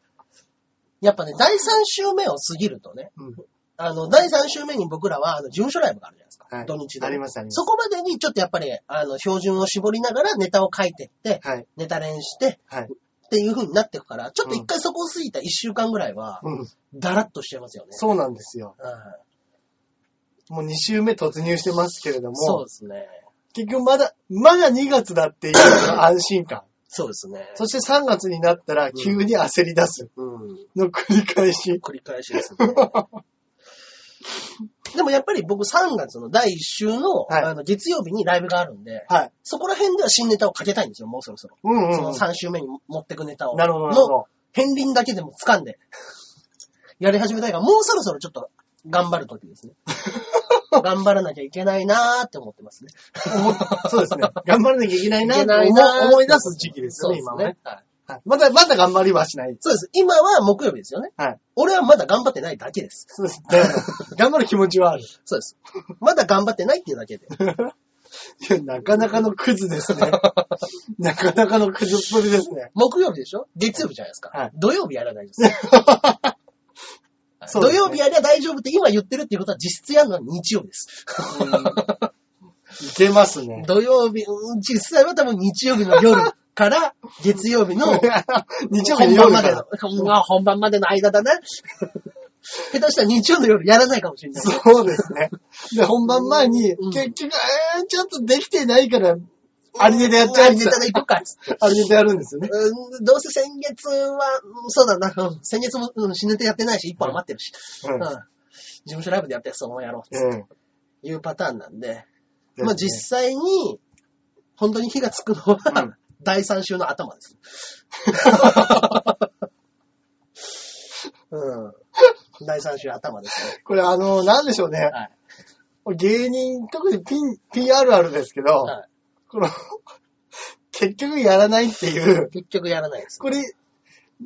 [SPEAKER 1] やっぱね、第3週目を過ぎるとね、
[SPEAKER 2] うん
[SPEAKER 1] あの、第3週目に僕らは、あの、事務所ライブがあるじゃないですか。
[SPEAKER 2] はい
[SPEAKER 1] 土日で。
[SPEAKER 2] ありますあります
[SPEAKER 1] そこまでに、ちょっとやっぱり、あの、標準を絞りながらネタを書いてって、
[SPEAKER 2] はい。
[SPEAKER 1] ネタ練して、
[SPEAKER 2] はい。
[SPEAKER 1] っていう風になってくから、ちょっと一回そこを過ぎた1週間ぐらいは、
[SPEAKER 2] うん。
[SPEAKER 1] だらっとしちゃいますよね。
[SPEAKER 2] そうなんですよ。
[SPEAKER 1] うん
[SPEAKER 2] もう2週目突入してますけれど
[SPEAKER 1] そう
[SPEAKER 2] も、
[SPEAKER 1] ですね。
[SPEAKER 2] 結局まだ、まだ2月だっていう安心 感。
[SPEAKER 1] そうですね。
[SPEAKER 2] そして3月になったら急に焦り出す
[SPEAKER 1] うん。
[SPEAKER 2] の繰り返し。
[SPEAKER 1] 繰り返しですね。 でもやっぱり僕3月の第1週の,、
[SPEAKER 2] はい
[SPEAKER 1] あの月曜日にライブがあるんで、
[SPEAKER 2] はい。
[SPEAKER 1] そこら辺では新ネタをかけたいんですよ、もうそろそろ。
[SPEAKER 2] うんうん、
[SPEAKER 1] そ
[SPEAKER 2] うん
[SPEAKER 1] の。3週目に持ってくネタを。
[SPEAKER 2] なるほど、なるほ
[SPEAKER 1] の
[SPEAKER 2] ど。
[SPEAKER 1] 片鱗だけでも掴んで、 やり始めたいから、もうそろそろちょっと頑張る時ですね。 頑張らなきゃいけないなーって思ってますね。
[SPEAKER 2] そうですね。頑張らなきゃいけないなって
[SPEAKER 1] いけないな
[SPEAKER 2] 思い出す時期です
[SPEAKER 1] そ
[SPEAKER 2] よね、
[SPEAKER 1] うです
[SPEAKER 2] 今は
[SPEAKER 1] ね
[SPEAKER 2] ね。。
[SPEAKER 1] はい
[SPEAKER 2] はいまだ、まだ頑張りはしない。
[SPEAKER 1] そうです。今は木曜日ですよね。
[SPEAKER 2] はい。
[SPEAKER 1] 俺はまだ頑張ってないだけです。
[SPEAKER 2] そうです。だから頑張る気持ちは ある。
[SPEAKER 1] そうです。まだ頑張ってないっていうだけで。
[SPEAKER 2] いやなかなかのクズ ですね。なかなかのクズっぷりですね。
[SPEAKER 1] 木曜日でしょ月曜日じゃないですか。
[SPEAKER 2] はい
[SPEAKER 1] 土曜日やらないです。は い
[SPEAKER 2] そうで
[SPEAKER 1] 土
[SPEAKER 2] すね
[SPEAKER 1] 曜日やりゃ大丈夫って今言ってるっていうことは実質やるのは日曜日です。
[SPEAKER 2] いけますね。
[SPEAKER 1] 土曜日、うん実際は多分日曜日の夜から月曜日 の
[SPEAKER 2] 日曜日の
[SPEAKER 1] 本番
[SPEAKER 2] 夜
[SPEAKER 1] ま
[SPEAKER 2] か
[SPEAKER 1] での
[SPEAKER 2] ら。、
[SPEAKER 1] うんあ本番までの間だな。下手したら日曜の夜やらないかもしれない。
[SPEAKER 2] そうですね。で、本番前に
[SPEAKER 1] う、ん
[SPEAKER 2] 結局、えー、ちょっとできてないから、あれネタやっちゃ
[SPEAKER 1] あ
[SPEAKER 2] う
[SPEAKER 1] りネタで行こうかっつって。
[SPEAKER 2] あれネタやるんですよね。
[SPEAKER 1] うんどうせ先月は、うんそうだな、うん先月もうん新ネタやってないし、一本余ってるし、うん事務所ライブでやったやつそのままやろうっつって
[SPEAKER 2] うん。うん
[SPEAKER 1] いうパターンなんで、
[SPEAKER 2] ですね
[SPEAKER 1] まあ実際に、本当に火がつくのは、
[SPEAKER 2] うん
[SPEAKER 1] 第3週の頭です。 うん。第3週頭ですね。
[SPEAKER 2] これあの、なんでしょうね。
[SPEAKER 1] はい。
[SPEAKER 2] 芸人、特にピン、PR あるですけど、
[SPEAKER 1] はい
[SPEAKER 2] この、 結局やらないっていう、
[SPEAKER 1] 結局やらないです。
[SPEAKER 2] これ、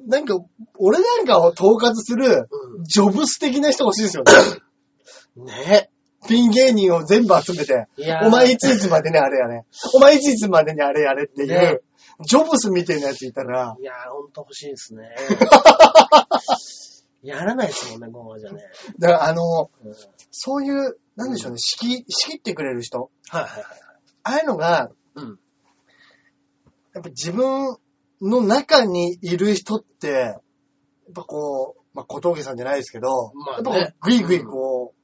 [SPEAKER 2] なんか、俺なんかを統括する、
[SPEAKER 1] う
[SPEAKER 2] ジョブス的な人欲しいですよ ね。
[SPEAKER 1] ん。ね
[SPEAKER 2] ピン芸人を全部集めて
[SPEAKER 1] いや、ー
[SPEAKER 2] お前いついつまでにあれやれ、お前いついつまでにあれやれっていう、
[SPEAKER 1] ね
[SPEAKER 2] ジョブスみたいなやついたら、
[SPEAKER 1] いやー、ほんと欲しいで すね。やらないですもんね、ゴマじゃね。
[SPEAKER 2] だからあの、
[SPEAKER 1] うんはい
[SPEAKER 2] そういう、なんでしょうね、仕切、仕切ってくれる人、
[SPEAKER 1] はいはいはい。
[SPEAKER 2] ああいうのが、
[SPEAKER 1] うん。
[SPEAKER 2] やっぱ自分の中にいる人って、やっぱこう、まあ、小峠さんじゃないですけど、
[SPEAKER 1] ま
[SPEAKER 2] や
[SPEAKER 1] あ
[SPEAKER 2] っ
[SPEAKER 1] ね
[SPEAKER 2] ぱこうグイグイこ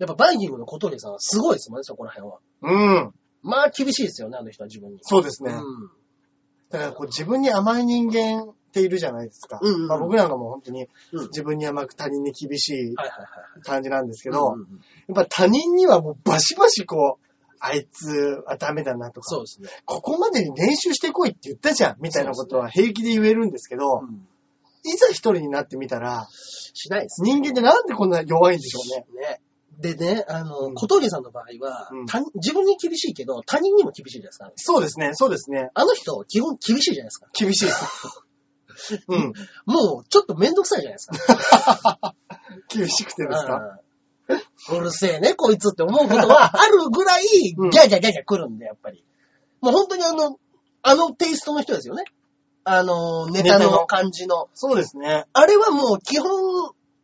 [SPEAKER 1] やっぱバイキングの小峠さんはすごいですもんね、そこら辺は。
[SPEAKER 2] う、うん、
[SPEAKER 1] まあ厳しいですよね、あの人は自分に。
[SPEAKER 2] そうですね。
[SPEAKER 1] うん。
[SPEAKER 2] だからこう自分に甘い人間っているじゃないですか。
[SPEAKER 1] うんうんうん
[SPEAKER 2] まあ、僕なんかもう本当に
[SPEAKER 1] うん
[SPEAKER 2] 自分に甘く他人に厳しい
[SPEAKER 1] はいはいはい。
[SPEAKER 2] 感じなんですけ
[SPEAKER 1] け
[SPEAKER 2] ど、やっぱ他人にはもうバシバシこう、あいつはダメだなと
[SPEAKER 1] そう
[SPEAKER 2] か、
[SPEAKER 1] ですね。
[SPEAKER 2] ここまでに練習してこいって言ったじゃんみたいなことは平気で言えるんですけど、
[SPEAKER 1] うん
[SPEAKER 2] いざ一人になってみたら、
[SPEAKER 1] しないですね。
[SPEAKER 2] 人間ってなんでこんな弱いんでしょうね。
[SPEAKER 1] ね。でね、あの、
[SPEAKER 2] うん
[SPEAKER 1] 小峠さんの場合は、
[SPEAKER 2] うん
[SPEAKER 1] 他人自分に厳しいけど、他人にも厳しいじゃないですか。
[SPEAKER 2] そうですね、そうですね。
[SPEAKER 1] あの人、基本厳しいじゃないですか。
[SPEAKER 2] 厳しいです。 うん。
[SPEAKER 1] もう、ちょっとめんどくさいじゃないですか。
[SPEAKER 2] 厳しくてですか
[SPEAKER 1] うんうるせえね、こいつって思うことはあるぐらい、ギ
[SPEAKER 2] うん
[SPEAKER 1] ャーギャーギャーギャー来るんで、やっぱり。もう本当にあの、あのテイストの人ですよね。あの、ネタ
[SPEAKER 2] ネタ
[SPEAKER 1] の
[SPEAKER 2] の
[SPEAKER 1] 感じの。
[SPEAKER 2] そうですね。
[SPEAKER 1] あれはもう基本、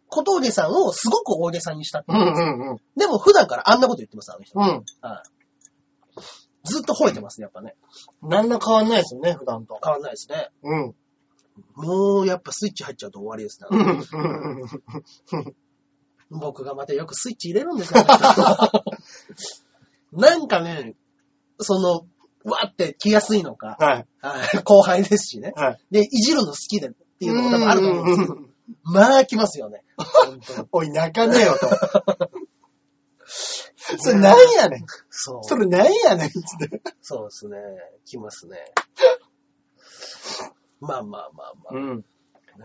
[SPEAKER 1] 小峠さんをすごく大げさにしたって
[SPEAKER 2] うんうんうん。
[SPEAKER 1] でも普段からあんなこと言ってます、あの人。
[SPEAKER 2] うん。
[SPEAKER 1] はいずっと吠えてますね、やっぱね。
[SPEAKER 2] 何ら変わんないですよね、普段と。
[SPEAKER 1] 変わんないですね。
[SPEAKER 2] うん。
[SPEAKER 1] もう、やっぱスイッチ入っちゃうと終わりですね。
[SPEAKER 2] うんうんうん
[SPEAKER 1] 僕がまたよくスイッチ入れるんですよ、 ね。なんかね、その、わーって来やすいのか、
[SPEAKER 2] はい。
[SPEAKER 1] はい後輩ですしね。
[SPEAKER 2] はい。
[SPEAKER 1] で、いじるの好きでって
[SPEAKER 2] て
[SPEAKER 1] いうのも多分あると思うんですけど、まあ来ますよね。本当に
[SPEAKER 2] おい、泣かねえよと。 それ何やねん。
[SPEAKER 1] そう。
[SPEAKER 2] それ何やねん。つって。
[SPEAKER 1] そうですね。来ま すね。まあまあまあまあ。
[SPEAKER 2] ん。
[SPEAKER 1] ね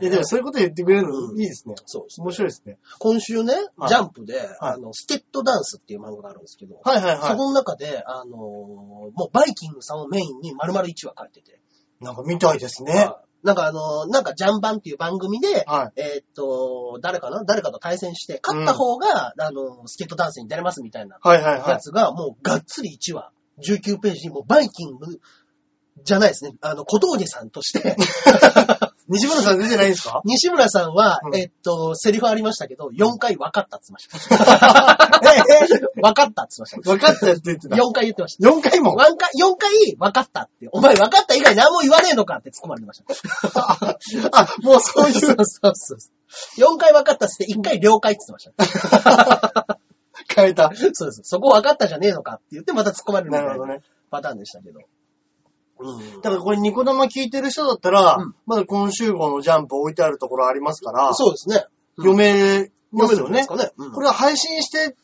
[SPEAKER 2] いや、でもそういうこと言ってくれるのいいですね。
[SPEAKER 1] そうですね
[SPEAKER 2] 面白いですね。
[SPEAKER 1] 今週ね、
[SPEAKER 2] はい
[SPEAKER 1] ジャンプで、あの、ステッドダンスっていう漫画があるんですけど、
[SPEAKER 2] はいはい
[SPEAKER 1] そこの中で、あのーもうバイキングさんをメインに丸々1話書いてて、
[SPEAKER 2] い。なんか見たいですね。
[SPEAKER 1] はいなんかあのーなんかジャンバンっていう番組で、
[SPEAKER 2] は
[SPEAKER 1] えーっと、誰かな誰かと対戦して、勝った方が、あのースケートダンスに出れますみたいな
[SPEAKER 2] はいはい
[SPEAKER 1] や
[SPEAKER 2] は
[SPEAKER 1] つが、もうがっつり1話、19ページにもうバイキングじゃないですね。あの、小峠さんとして、
[SPEAKER 2] 西村さん出てないんですか
[SPEAKER 1] 西村さんは、
[SPEAKER 2] うん
[SPEAKER 1] えっと、セリフありましたけど、4回分かったって言ってまし
[SPEAKER 2] え
[SPEAKER 1] た。分かったって言ってました。
[SPEAKER 2] え分かったやつ出てた。
[SPEAKER 1] 4回言ってました。
[SPEAKER 2] 4回も。
[SPEAKER 1] 4回、四回分かったって。お前分かった以外何も言わねえのかって突っ込まれてました。
[SPEAKER 2] あ、もうそうい
[SPEAKER 1] そううそうそう。4回分かったっつって1回了解って言ってました。
[SPEAKER 2] 変えた。
[SPEAKER 1] そうです。そこ分かったじゃねえのかって言ってまた突っ込まれるみ
[SPEAKER 2] な
[SPEAKER 1] た
[SPEAKER 2] るほ
[SPEAKER 1] い
[SPEAKER 2] ど
[SPEAKER 1] な
[SPEAKER 2] ね。
[SPEAKER 1] パターンでしたけど。うん
[SPEAKER 2] だからこれニコ生聞いてる人だったら、
[SPEAKER 1] うん
[SPEAKER 2] まだ今週号のジャンプ置いてあるところありますから、
[SPEAKER 1] そうですね。
[SPEAKER 2] 読めますよ
[SPEAKER 1] 読めるんで
[SPEAKER 2] ね
[SPEAKER 1] す。かね。うん
[SPEAKER 2] これは配信してる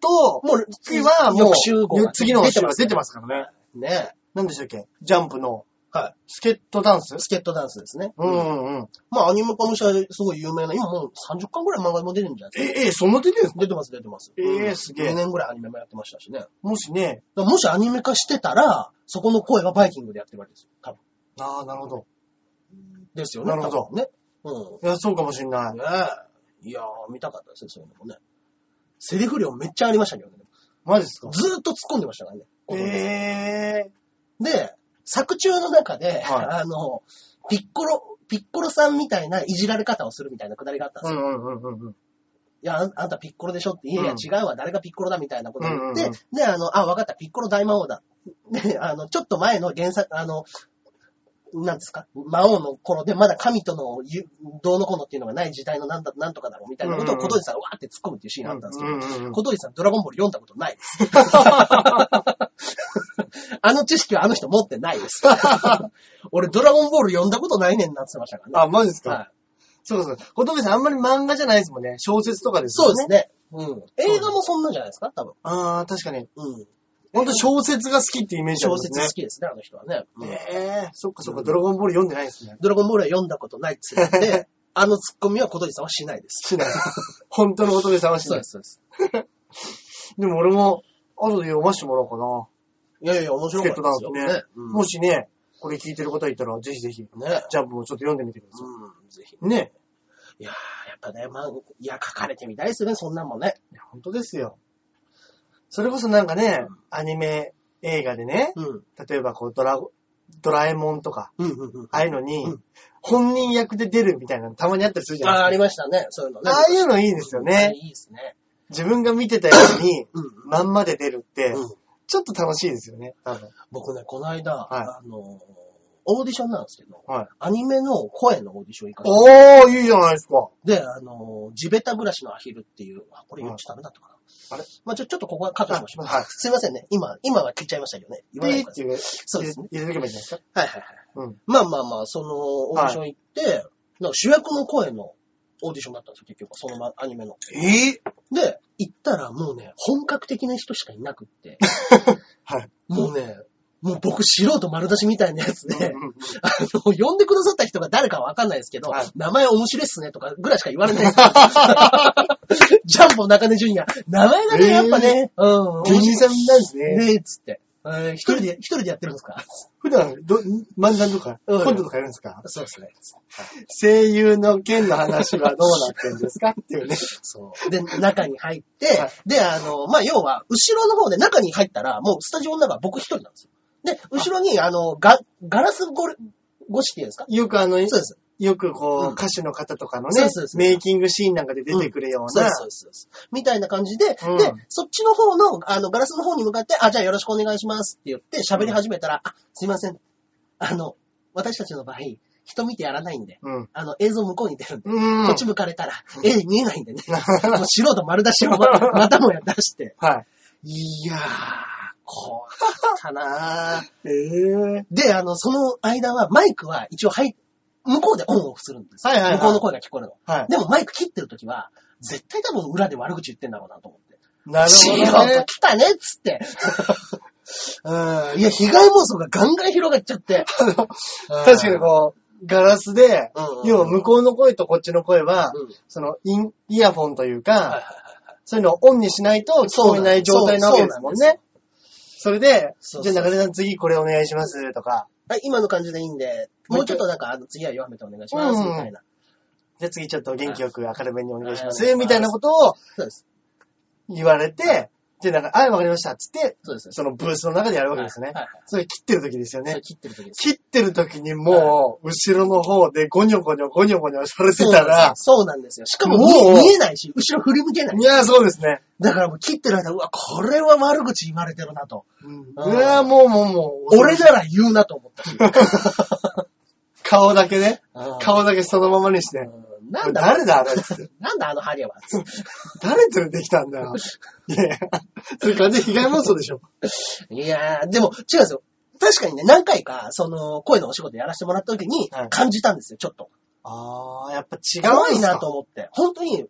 [SPEAKER 2] と、
[SPEAKER 1] もう
[SPEAKER 2] 次はもう
[SPEAKER 1] 翌週号が、
[SPEAKER 2] 次の週が出て
[SPEAKER 1] ま
[SPEAKER 2] ますからね。
[SPEAKER 1] すね。
[SPEAKER 2] 何でしたっけジャンプの
[SPEAKER 1] は
[SPEAKER 2] スケットダンス
[SPEAKER 1] い。スケットダンスですね。
[SPEAKER 2] うんうんうん。
[SPEAKER 1] まあ、アニメ化もしたすごい有名な、今もう30巻ぐらい漫画も出てるんじゃないですか。
[SPEAKER 2] え、え、そんな出てるんですか
[SPEAKER 1] 出てます、出てます。
[SPEAKER 2] えーすげえ
[SPEAKER 1] 2年ぐらいアニメもやってましたしね。だか
[SPEAKER 2] もしね、
[SPEAKER 1] らもしアニメ化してたら、そこの声はバイキングでやってるわけですよ。多分。
[SPEAKER 2] ああ、なるほど。
[SPEAKER 1] ですよね。
[SPEAKER 2] なるほど
[SPEAKER 1] 多分ね。うん。
[SPEAKER 2] いや、そうかもしんない。
[SPEAKER 1] ねえ。いやー、見たかったですね、そういうのもね。セリフ量めっちゃありましたけどね。
[SPEAKER 2] マジですか
[SPEAKER 1] ずーっと突っ込んでましたからね。
[SPEAKER 2] ええ
[SPEAKER 1] で、作中の中で、
[SPEAKER 2] はい
[SPEAKER 1] あの、ピッコロ、ピッコロさんみたいないじられ方をするみたいなくだりがあったんです
[SPEAKER 2] う
[SPEAKER 1] よ。
[SPEAKER 2] んうんうんうんうん。
[SPEAKER 1] いや、あんあんたピッコロでしょって、いやいや
[SPEAKER 2] うん
[SPEAKER 1] 違うわ、誰がピッコロだみたいなこと言って、
[SPEAKER 2] うんうん
[SPEAKER 1] で、あの、あ、わかった、ピッコロ大魔王だ。 で、あの、ちょっと前の原作、あの、なんですか、魔王の頃で、まだ神とのゆどうのこうのっていうのがない時代のなんだ、なんとかだろうみたいなことを
[SPEAKER 2] うんうん
[SPEAKER 1] 小鳥さんがわーって突っ込むっていうシーンがあったんですけど、
[SPEAKER 2] うんうんうん
[SPEAKER 1] 小鳥さんドラゴンボール読んだこと ないです。あの知識はあの人持ってないです。 俺ドラゴンボール読んだことないねんなって言ってましたからね。
[SPEAKER 2] あ、マジですか、
[SPEAKER 1] はい
[SPEAKER 2] そうそう。小峠さんあんまり漫画じゃないですもんね。小説とかです
[SPEAKER 1] そ
[SPEAKER 2] よ
[SPEAKER 1] うです
[SPEAKER 2] ね。
[SPEAKER 1] ね。うん。映画もそんなんじゃないですか、多分。
[SPEAKER 2] ああ、確かに。
[SPEAKER 1] うん。
[SPEAKER 2] ほんと小説が好きっていうイメージあり
[SPEAKER 1] 小
[SPEAKER 2] ます
[SPEAKER 1] 説
[SPEAKER 2] ね。
[SPEAKER 1] 好きですね、あの人はね。うん
[SPEAKER 2] ええそっかそっか、
[SPEAKER 1] うん
[SPEAKER 2] ドラゴンボール読んでないですね。
[SPEAKER 1] ドラゴンボールは読んだことないっつって あのツッコミは小鳥さんはしないです。
[SPEAKER 2] しない。本当の乙女さんはしない。
[SPEAKER 1] す、そうです。
[SPEAKER 2] でも俺も、後で読ませてもらおうかな。
[SPEAKER 1] いやいや、面白
[SPEAKER 2] チケット
[SPEAKER 1] か
[SPEAKER 2] ダ
[SPEAKER 1] っ
[SPEAKER 2] ンス
[SPEAKER 1] たですよ。
[SPEAKER 2] ね。
[SPEAKER 1] うん
[SPEAKER 2] もしね、これ聞いてる方いたら、ぜひぜひ、
[SPEAKER 1] ね。
[SPEAKER 2] ジャンプもちょっと読んでみてくださ
[SPEAKER 1] うん、ぜひ。
[SPEAKER 2] い。ね。
[SPEAKER 1] いやー、やっぱね、まあ、いや、書かれてみたいですよね、そんなんもね。
[SPEAKER 2] いや、本当ですよ。それこそなんかね、アニメ、映画でね、
[SPEAKER 1] うん。
[SPEAKER 2] 例えばこう、ドラ、ドラえもんとか、
[SPEAKER 1] うん、うん、うん。
[SPEAKER 2] ああいうのに、
[SPEAKER 1] うん
[SPEAKER 2] 本人役で出るみたいなのたまにあったりするじゃ
[SPEAKER 1] ああ、
[SPEAKER 2] な
[SPEAKER 1] あ
[SPEAKER 2] いで
[SPEAKER 1] りましたね、そういうの
[SPEAKER 2] す
[SPEAKER 1] ね。
[SPEAKER 2] か。ああいうのいいですよね。
[SPEAKER 1] いいですね。
[SPEAKER 2] 自分が見てたように、
[SPEAKER 1] うん、
[SPEAKER 2] まんまで出るって、
[SPEAKER 1] うん。
[SPEAKER 2] ちょっと楽しいですよね。多分
[SPEAKER 1] 僕ね、この間、
[SPEAKER 2] は
[SPEAKER 1] あのー、オーディションなんですけど、
[SPEAKER 2] はい
[SPEAKER 1] アニメの声のオーディション行かせて
[SPEAKER 2] おー、いいじゃないですか。
[SPEAKER 1] で、あの、地べた暮らしのアヒルっていう、あ、これ言っちゃダメだったかな。
[SPEAKER 2] あれ
[SPEAKER 1] まあ、ちょ、ちょっとここはカットしましょう。
[SPEAKER 2] あはい
[SPEAKER 1] すいませんね。今、今は聞いちゃいましたけどね。言わないでくだ
[SPEAKER 2] ピ
[SPEAKER 1] さい。
[SPEAKER 2] ーって
[SPEAKER 1] そうですね。
[SPEAKER 2] 入れ入れとけばいいんじゃないですか。
[SPEAKER 1] はいはいはい。
[SPEAKER 2] うん
[SPEAKER 1] まあまあまあ、その、オーディション行って、なんか主役の声のオーディションだったんですよ、結局、そのまアニメの。
[SPEAKER 2] え
[SPEAKER 1] で、行ったらもうね、本格的な人しかいな くって。
[SPEAKER 2] はい。
[SPEAKER 1] もうね、もう僕素人丸出しみたいなやつで、
[SPEAKER 2] うんうんうん
[SPEAKER 1] あの、呼んでくださった人が誰かはわかんないですけど、
[SPEAKER 2] はい
[SPEAKER 1] 名前面白いっすねとかぐらいしか言われない ですよ。ジャンボ中根ジュニア。名前がね、
[SPEAKER 2] えー
[SPEAKER 1] やっぱね、うん。
[SPEAKER 2] 芸人さんなんですね。
[SPEAKER 1] ねえ、つって。えー一人で、一人でやってるんですか
[SPEAKER 2] 普段、ど、漫談とか、
[SPEAKER 1] うん
[SPEAKER 2] コントとかやるんですか
[SPEAKER 1] そうですね。
[SPEAKER 2] 声優の件の話はどうなってんですかって いうね。
[SPEAKER 1] そう。で、中に入って、
[SPEAKER 2] はい
[SPEAKER 1] で、あの、まあ、要は、後ろの方で中に入ったら、もうスタジオの中は僕一人なんですよ。で、後ろに、あの、ガ、ガラスご、ごしっていうんですか
[SPEAKER 2] よくあの、
[SPEAKER 1] そうです。
[SPEAKER 2] よくこ
[SPEAKER 1] うん
[SPEAKER 2] う、歌手の方とかの
[SPEAKER 1] そう
[SPEAKER 2] ね
[SPEAKER 1] ですそうで、す
[SPEAKER 2] メイキングシーンなんかで出てくるよう
[SPEAKER 1] そうで
[SPEAKER 2] な
[SPEAKER 1] す、、そうですそうです。みたいな感じで、
[SPEAKER 2] うん
[SPEAKER 1] で、そっちの方の、あの、ガラスの方に向かって、あ、じゃあよろしくお願いしますって言って喋り始めたら、あ、すいません。あの、私たちの場合、人見てやらないんで、
[SPEAKER 2] うん。
[SPEAKER 1] あの、映像向こうに出るんで、
[SPEAKER 2] うん。
[SPEAKER 1] こっち向かれたら、絵見えないんでね、もう素人丸出しを ままたもや出して、
[SPEAKER 2] はい
[SPEAKER 1] やー、怖かったなー。
[SPEAKER 2] い。ええ。
[SPEAKER 1] で、あの、その間は、マイクは一応入っ、向こうでオンオフするんですよ。
[SPEAKER 2] はいはいはい
[SPEAKER 1] 向こうの声が聞こえるの。
[SPEAKER 2] はい。
[SPEAKER 1] でもマイク切ってる時は、絶対多分裏で悪口言ってんだろうなと思って。
[SPEAKER 2] なる
[SPEAKER 1] 素
[SPEAKER 2] ほど
[SPEAKER 1] 人
[SPEAKER 2] ね。
[SPEAKER 1] 来たねっつって。うん。いや、被害妄想がガンガン広がっちゃって。
[SPEAKER 2] 確かにこう、ガラスで、
[SPEAKER 1] うんうん
[SPEAKER 2] 要は向こうの声とこっちの声は、
[SPEAKER 1] うん
[SPEAKER 2] そのイン、イヤフォンという
[SPEAKER 1] はいはい
[SPEAKER 2] か、そういうのをオンにしないと聞こえない状態なわけですもん
[SPEAKER 1] そうなん
[SPEAKER 2] ね。それで、
[SPEAKER 1] そう
[SPEAKER 2] じ
[SPEAKER 1] そう
[SPEAKER 2] ゃあ中根さん次これお願いしますとか、
[SPEAKER 1] はい、今の感じでいいんで、もうちょっとなんか、あの、次は弱めてお願いします、みたいな。
[SPEAKER 2] じゃあ次ちょっと元気よく明るめにお願いしま
[SPEAKER 1] は
[SPEAKER 2] す
[SPEAKER 1] い
[SPEAKER 2] みたいなことを
[SPEAKER 1] そうです。
[SPEAKER 2] 言われて、で、なんか、はい、わかりました。つって、
[SPEAKER 1] そうです。
[SPEAKER 2] そのブースの中でやるわ
[SPEAKER 1] う
[SPEAKER 2] けですね。
[SPEAKER 1] はいはい
[SPEAKER 2] それ切ってる時ですよ
[SPEAKER 1] それ
[SPEAKER 2] ね。
[SPEAKER 1] 切ってる時です。
[SPEAKER 2] 切ってる時にもう、後ろの方でゴニョゴニョゴニョゴニョされてたら、
[SPEAKER 1] そうなんですよ。しかも見
[SPEAKER 2] もう
[SPEAKER 1] え見えないし、後ろ振り向けない。
[SPEAKER 2] いや、そうですね。
[SPEAKER 1] だからもう切ってる間、うわ、これは悪口言われてるなと。
[SPEAKER 2] いや、もうもうもう、
[SPEAKER 1] 俺なら言うなと 思ったし。
[SPEAKER 2] 顔だけね。
[SPEAKER 1] うん
[SPEAKER 2] 顔だけそのままにして。
[SPEAKER 1] うんなんだ、
[SPEAKER 2] 誰だあれっつって
[SPEAKER 1] なんだあのハリアは。
[SPEAKER 2] 誰連れてきたん だよ。いやいや、それ完全に被害妄想でしょ。
[SPEAKER 1] いやー、でも違うんですよ。確かにね、何回か、その、声のお仕事やらせてもらった時に
[SPEAKER 2] はい
[SPEAKER 1] 感じたんですよ、ちょっと。
[SPEAKER 2] あー、やっぱ違
[SPEAKER 1] 怖
[SPEAKER 2] うん
[SPEAKER 1] い
[SPEAKER 2] すか
[SPEAKER 1] なと。思って。本当に、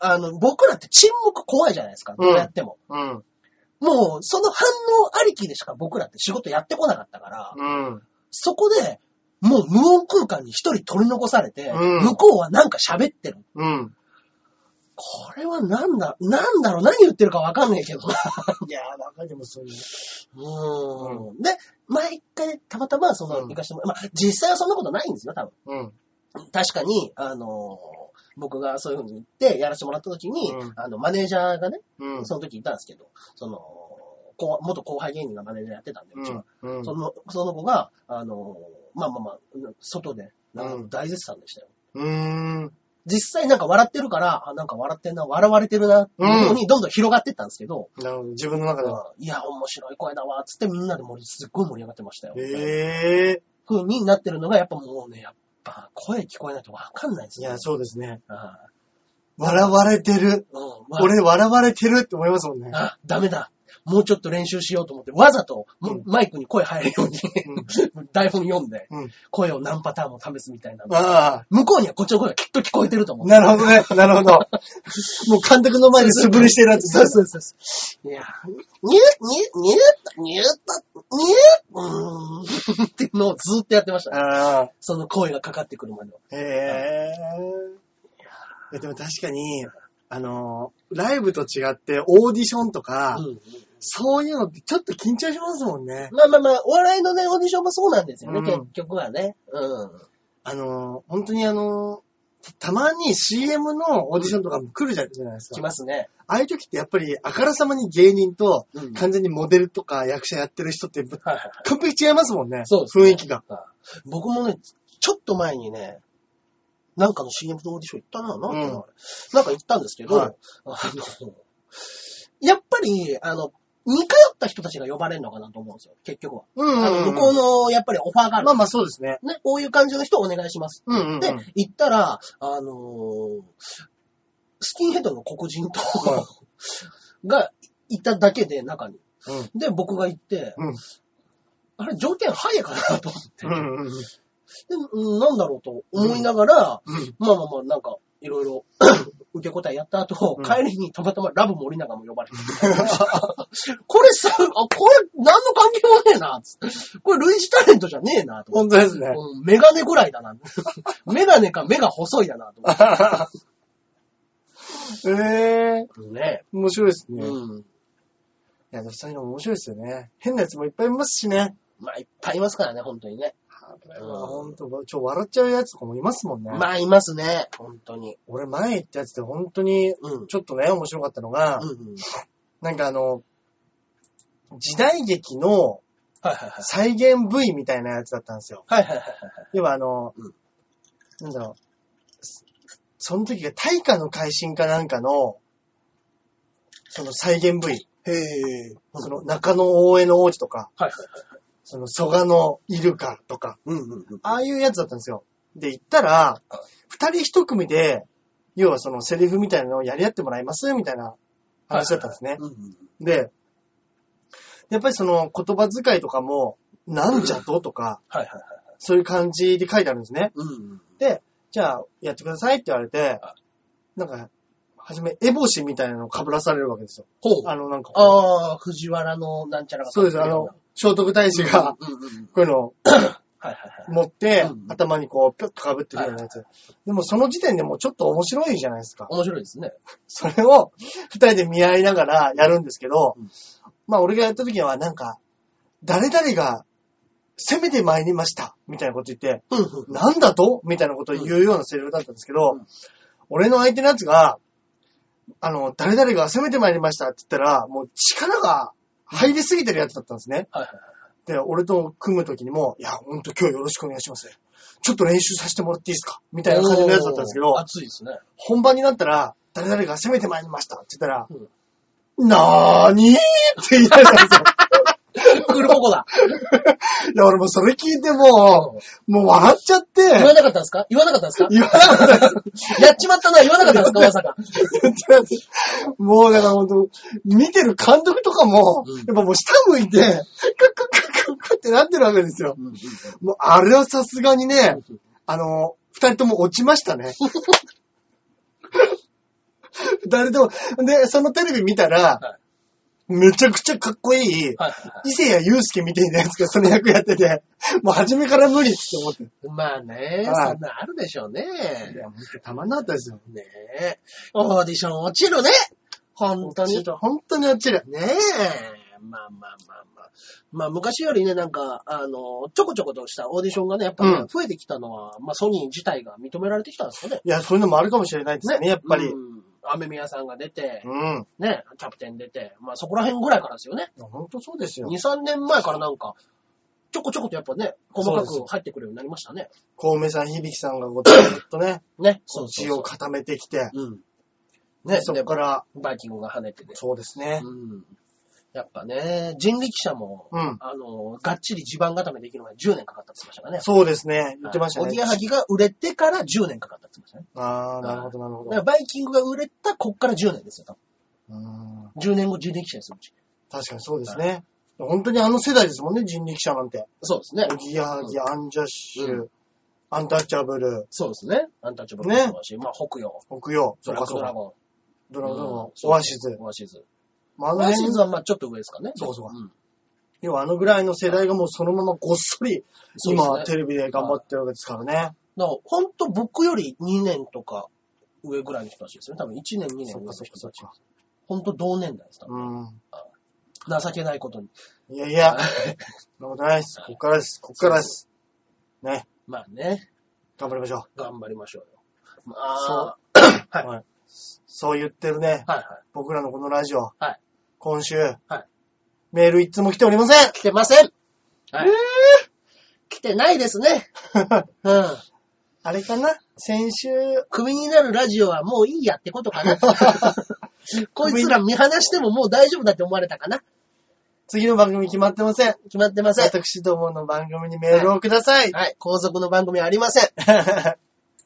[SPEAKER 1] あの、僕らって沈黙怖いじゃないですか、
[SPEAKER 2] うん
[SPEAKER 1] どうやっても。
[SPEAKER 2] うん。
[SPEAKER 1] もう、その反応ありきでしか僕らって仕事やってこなかったから、
[SPEAKER 2] うん。
[SPEAKER 1] そこで、もう無音空間に一人取り残されて、
[SPEAKER 2] うん
[SPEAKER 1] 向こうはなんか喋ってる。
[SPEAKER 2] うん。
[SPEAKER 1] これはなんだ、なんだろう、何言ってるかわかんないけどな。
[SPEAKER 2] いやー、中でもそういう。
[SPEAKER 1] うーん。で、毎回たまたまその、
[SPEAKER 2] うん
[SPEAKER 1] 行かしてもらう。まあ、実際はそんなことないんですよ、多分。
[SPEAKER 2] うん。
[SPEAKER 1] 確かに、あのー僕がそういう風に言ってやらせてもらった時に、
[SPEAKER 2] うん
[SPEAKER 1] あの、マネージャーがね、
[SPEAKER 2] うん。
[SPEAKER 1] その時いたんですけど、その、後元後輩芸人がマネージャーやってたんで、うちは。
[SPEAKER 2] うん。うん
[SPEAKER 1] その、その子が、あのーまあまあまあ、外で、なんか大絶賛でしたよ。
[SPEAKER 2] うーん。
[SPEAKER 1] 実際なんか笑ってるから、あ、なんか笑ってんな、笑われてるな、っていう風にどんどん広がってったんですけど、
[SPEAKER 2] なるほど。自分の中では。
[SPEAKER 1] いや、面白い声だわ、つってみんなで盛り、すっごい盛り上がってましたよ。
[SPEAKER 2] ええ
[SPEAKER 1] 風になってるのが、やっぱもうね、やっぱ声聞こえないとわかんないです
[SPEAKER 2] ー。い
[SPEAKER 1] ね。
[SPEAKER 2] や、そうですね。
[SPEAKER 1] ああ
[SPEAKER 2] 笑われてる。
[SPEAKER 1] うん、まあ
[SPEAKER 2] 俺、笑われてるって思いますもんね。
[SPEAKER 1] あ、ダメだ。もうちょっと練習しようと思って、わざと、もう
[SPEAKER 2] うん
[SPEAKER 1] マイクに声入るように、台本読んで、
[SPEAKER 2] うん。
[SPEAKER 1] 声を何パターンも試すみたいな。
[SPEAKER 2] ああ。
[SPEAKER 1] 向こうにはこっちの声がきっと聞こえてると思う。
[SPEAKER 2] なるほど ね。なるほど。もう監督の前で素振りしてるやつ。
[SPEAKER 1] そうそうそうそう。いや、にゅ、にゅ、にゅ、にゅ、にゅ、うーん、っていうのをずっとやってましたね。
[SPEAKER 2] ああ。
[SPEAKER 1] その声がかかってくるまでは。
[SPEAKER 2] へえ。いやでも確かに、あの、ライブと違ってオーディションとか、
[SPEAKER 1] うん
[SPEAKER 2] そういうのってちょっと緊張しますもんね。
[SPEAKER 1] まあまあまあ、お笑いのね、オーディションもそうなんですよね、
[SPEAKER 2] うん
[SPEAKER 1] 結局はね。うん。
[SPEAKER 2] あの、本当にあの、たまに CM のオーディションとかも来るじゃないです
[SPEAKER 1] 来
[SPEAKER 2] か。あ
[SPEAKER 1] ますね。
[SPEAKER 2] あいう時ってやっぱりあからさまに芸人と
[SPEAKER 1] うん
[SPEAKER 2] 完全にモデルとか役者やってる人って
[SPEAKER 1] はいはい。
[SPEAKER 2] 完璧違いますもんね。
[SPEAKER 1] そうですね
[SPEAKER 2] 雰囲気が。
[SPEAKER 1] 僕もね、ちょっと前にね、なんかの CM のオーディション行ったな、なんかな、
[SPEAKER 2] うん
[SPEAKER 1] なんか行ったんですけど、
[SPEAKER 2] はい
[SPEAKER 1] あの、やっぱり、あの、似通った人たちが呼ばれるのかなと思うんですよ、結局は。
[SPEAKER 2] うんう
[SPEAKER 1] あ
[SPEAKER 2] んう
[SPEAKER 1] の
[SPEAKER 2] ん
[SPEAKER 1] 向こうの、やっぱりオファーがある。
[SPEAKER 2] まあまあそうですね。
[SPEAKER 1] ね、こういう感じの人をお願いします。
[SPEAKER 2] うんうんうん。
[SPEAKER 1] で、行ったら、あのースキンヘッドの黒人と、
[SPEAKER 2] は
[SPEAKER 1] がいただけで、中に。
[SPEAKER 2] うん
[SPEAKER 1] で、僕が行って、
[SPEAKER 2] うん
[SPEAKER 1] あれ、条件早いかなと思って。
[SPEAKER 2] うんうんうん
[SPEAKER 1] で、うんなんだろうと思いながら、
[SPEAKER 2] うん
[SPEAKER 1] まあまあまあ、なんか、いろいろ、 受け答えやった後、
[SPEAKER 2] うん
[SPEAKER 1] 帰りにたまたまラブ森永も呼ばれて、 これさ、あ、これ、何の関係もねえな、つってこれ、類似タレントじゃねえな、と思って。
[SPEAKER 2] 本当ですね。
[SPEAKER 1] うんメガネぐらいだな。 メガネか目が細いだな、と思っ
[SPEAKER 2] ええ
[SPEAKER 1] て。ね。
[SPEAKER 2] 面白いですね。
[SPEAKER 1] うん。
[SPEAKER 2] いや、でもそういうの面白いですよね。変なやつもいっぱいいますしね。
[SPEAKER 1] まあ、いっぱいいますからね、本当にね。
[SPEAKER 2] ほんと、ちょ、笑っちゃうやつとかもいますもんね。
[SPEAKER 1] まあ、いますね、本当に。
[SPEAKER 2] 俺前行ったやつで本当に、
[SPEAKER 1] うん。
[SPEAKER 2] ちょっとね、面白かったのが、
[SPEAKER 1] うんうん。
[SPEAKER 2] なんかあの、時代劇の
[SPEAKER 1] はいはいはい。
[SPEAKER 2] 再現部位みたいなやつだったんですよ。
[SPEAKER 1] はいはいはいはい。
[SPEAKER 2] 要はあの、
[SPEAKER 1] うん
[SPEAKER 2] なんだろう、その時が大化の改新かなんかの、その再現部位。
[SPEAKER 1] へえ。
[SPEAKER 2] その中野大江の王子とか、
[SPEAKER 1] はいはいはい。
[SPEAKER 2] その蘇我のイルカとか、
[SPEAKER 1] うんうんうん。
[SPEAKER 2] ああいうやつだったんですよ。で、行ったら、二人一組で、要はそのセリフみたいなのをやり合ってもらいますみたいな話だったんですね。
[SPEAKER 1] うんうん。
[SPEAKER 2] で、やっぱりその言葉遣いとかも、なんじゃととか、
[SPEAKER 1] はいはいはい。
[SPEAKER 2] そういう感じで書いてあるんですね。
[SPEAKER 1] うんうん。
[SPEAKER 2] で、じゃあやってくださいって言われて
[SPEAKER 1] は、
[SPEAKER 2] なんか、はじめ、エボシみたいなのを被らされるわけですよ。
[SPEAKER 1] ほう。
[SPEAKER 2] あの、なんか、
[SPEAKER 1] ああ、藤原のなんちゃらが。
[SPEAKER 2] そうです、あの、聖徳太子が、
[SPEAKER 1] うんうんうん。
[SPEAKER 2] こういうのを
[SPEAKER 1] はいはいはい。
[SPEAKER 2] 持って
[SPEAKER 1] う、ん
[SPEAKER 2] 頭にこう、ぴょっと被ってるようなやつ。でもその時点でもうちょっと面白いじゃないですか。
[SPEAKER 1] 面白いですね。
[SPEAKER 2] それを二人で見合いながらやるんですけど
[SPEAKER 1] うん、
[SPEAKER 2] まあ俺がやった時はなんか、誰々が攻めて参りました、みたいなこと言って、
[SPEAKER 1] うんうん。
[SPEAKER 2] なんだとみたいなことを言うようなセリフだったんですけど
[SPEAKER 1] うん、
[SPEAKER 2] 俺の相手のやつが、あの、誰々が攻めてまいりましたって言ったら、もう力が入りすぎてるやつだったんですね。
[SPEAKER 1] はいはい
[SPEAKER 2] で、俺と組む時にも、いや、ほんと今日よろしくお願いします。ちょっと練習させてもらっていいですかみたいな感じのやつだったんですけど
[SPEAKER 1] おー、熱いですね。
[SPEAKER 2] 本番になったら、誰々が攻めてまいりましたって言ったら、
[SPEAKER 1] うん
[SPEAKER 2] なーにーって言い出したんですよ。
[SPEAKER 1] クルポ コだ。
[SPEAKER 2] いや、俺もそれ聞いてもう、もう笑っちゃって、
[SPEAKER 1] 言わなかったんですか言わなかったんですか
[SPEAKER 2] 言わなかった
[SPEAKER 1] やっちまったな、言わなかったんですかまさか。
[SPEAKER 2] です。 もうだから本当、見てる監督とかも、
[SPEAKER 1] うん
[SPEAKER 2] やっぱもう下向いて、クックックックックってなってるわけですよ。
[SPEAKER 1] うん
[SPEAKER 2] もうあれはさすがにね、あの、二人とも落ちましたね。二人とも、で、そのテレビ見たら、
[SPEAKER 1] は
[SPEAKER 2] めちゃくちゃかっこいい、
[SPEAKER 1] はいは
[SPEAKER 2] 伊勢谷祐介みたいなやつがその役やってて、もう初めから無理って思って。
[SPEAKER 1] い。まあ
[SPEAKER 2] は
[SPEAKER 1] ね、
[SPEAKER 2] い
[SPEAKER 1] そんなあるでしょうね。
[SPEAKER 2] いや、もうたまんなかったですよ。
[SPEAKER 1] ねえ。オーディション落ちるね。本当に。
[SPEAKER 2] 本当に落ちる。
[SPEAKER 1] ねえ。まあまあまあまあ。まあ昔よりね、なんか、あの、ちょこちょことしたオーディションがね、やっぱね、
[SPEAKER 2] うん
[SPEAKER 1] 増えてきたのは、まあソニー自体が認められてきたんですかね。
[SPEAKER 2] いや、そういうのもあるかもしれないですね、やっぱり。
[SPEAKER 1] う。
[SPEAKER 2] うん
[SPEAKER 1] 雨宮さんが出て、
[SPEAKER 2] ん。
[SPEAKER 1] ね、キャプテン出て、まあそこら辺ぐらいからですよね。
[SPEAKER 2] 本当そうですよ
[SPEAKER 1] 2、。3年前からなんか、ちょこちょことやっぱね、細か
[SPEAKER 2] そうで
[SPEAKER 1] く入ってくるようになりましたね。
[SPEAKER 2] 小梅さん、響さんがこうずっとね、
[SPEAKER 1] ね。
[SPEAKER 2] こ
[SPEAKER 1] そうう
[SPEAKER 2] 血
[SPEAKER 1] そう
[SPEAKER 2] を固めてきて、
[SPEAKER 1] そう。うん。ね、
[SPEAKER 2] そ
[SPEAKER 1] で
[SPEAKER 2] こから、
[SPEAKER 1] バイキングが跳ねてね。
[SPEAKER 2] そうですね。
[SPEAKER 1] うん。やっぱね、人力車も、
[SPEAKER 2] うん
[SPEAKER 1] あの、がっちり地盤固めできるのが10年かかったって言ってましたからね。
[SPEAKER 2] そうですね。言ってました
[SPEAKER 1] おぎ
[SPEAKER 2] ね
[SPEAKER 1] や。はぎが売れてから10年かかったって言ってましたね。
[SPEAKER 2] あー、なるほど、なるほ
[SPEAKER 1] だ
[SPEAKER 2] ど
[SPEAKER 1] から。バイキングが売れた、こっから10年ですよ、多
[SPEAKER 2] うん
[SPEAKER 1] 分。10年後人力車ですよ、うち。
[SPEAKER 2] 確かにそうですね。本当にあの世代ですもんね、人力車なんて。
[SPEAKER 1] そうですね
[SPEAKER 2] お。ぎやはぎ、アンジャッシ
[SPEAKER 1] う
[SPEAKER 2] ュ、アンタッチャブル、
[SPEAKER 1] そうですね。アンタッチャブルもそうだし、まあ、北洋、
[SPEAKER 2] 北洋、
[SPEAKER 1] ブ
[SPEAKER 2] そう
[SPEAKER 1] ラ
[SPEAKER 2] か
[SPEAKER 1] ック
[SPEAKER 2] そ
[SPEAKER 1] ド
[SPEAKER 2] う
[SPEAKER 1] ラ
[SPEAKER 2] か、
[SPEAKER 1] ゴン。
[SPEAKER 2] ドラゴンドラゴン
[SPEAKER 1] うん、
[SPEAKER 2] オアシズ。
[SPEAKER 1] オアシズ。
[SPEAKER 2] まああ
[SPEAKER 1] オ
[SPEAKER 2] の
[SPEAKER 1] ア
[SPEAKER 2] 辺
[SPEAKER 1] シズはまあ、ちょっと上ですかね。
[SPEAKER 2] そうかそうか
[SPEAKER 1] ん
[SPEAKER 2] 要はあのぐらいの世代がもうそのままごっそり、
[SPEAKER 1] そうで
[SPEAKER 2] 今
[SPEAKER 1] すね
[SPEAKER 2] はテレビで頑張ってるわけですからね。
[SPEAKER 1] だから、ほんと僕より2年とか上ぐらいの人たちですよね。多分1年、2年上の人たち。
[SPEAKER 2] か。
[SPEAKER 1] ほんと同年代です、多分
[SPEAKER 2] うん。
[SPEAKER 1] 情けない ことに。
[SPEAKER 2] いやいや、そんなことないです。こっからです。こっからです。ね。
[SPEAKER 1] まあね、
[SPEAKER 2] 頑張りましょ
[SPEAKER 1] 頑張りましょうよ。ま
[SPEAKER 2] そ
[SPEAKER 1] あ、
[SPEAKER 2] う。
[SPEAKER 1] はい
[SPEAKER 2] はい。そう言ってるね。
[SPEAKER 1] はいはい。
[SPEAKER 2] 僕らのこのラジオ。
[SPEAKER 1] はい
[SPEAKER 2] 今週。
[SPEAKER 1] はい
[SPEAKER 2] メール一つも来ておりません。
[SPEAKER 1] 来てませんはい。来てないですね。うん。
[SPEAKER 2] あれかな先週。
[SPEAKER 1] クビになるラジオはもういいやってことか な。こいつら見放してももう大丈夫だって思われたかな。
[SPEAKER 2] 次の番組決まってません。
[SPEAKER 1] 決まってません。
[SPEAKER 2] 私どもの番組にメールをください。
[SPEAKER 1] はい。後続の番組はありません。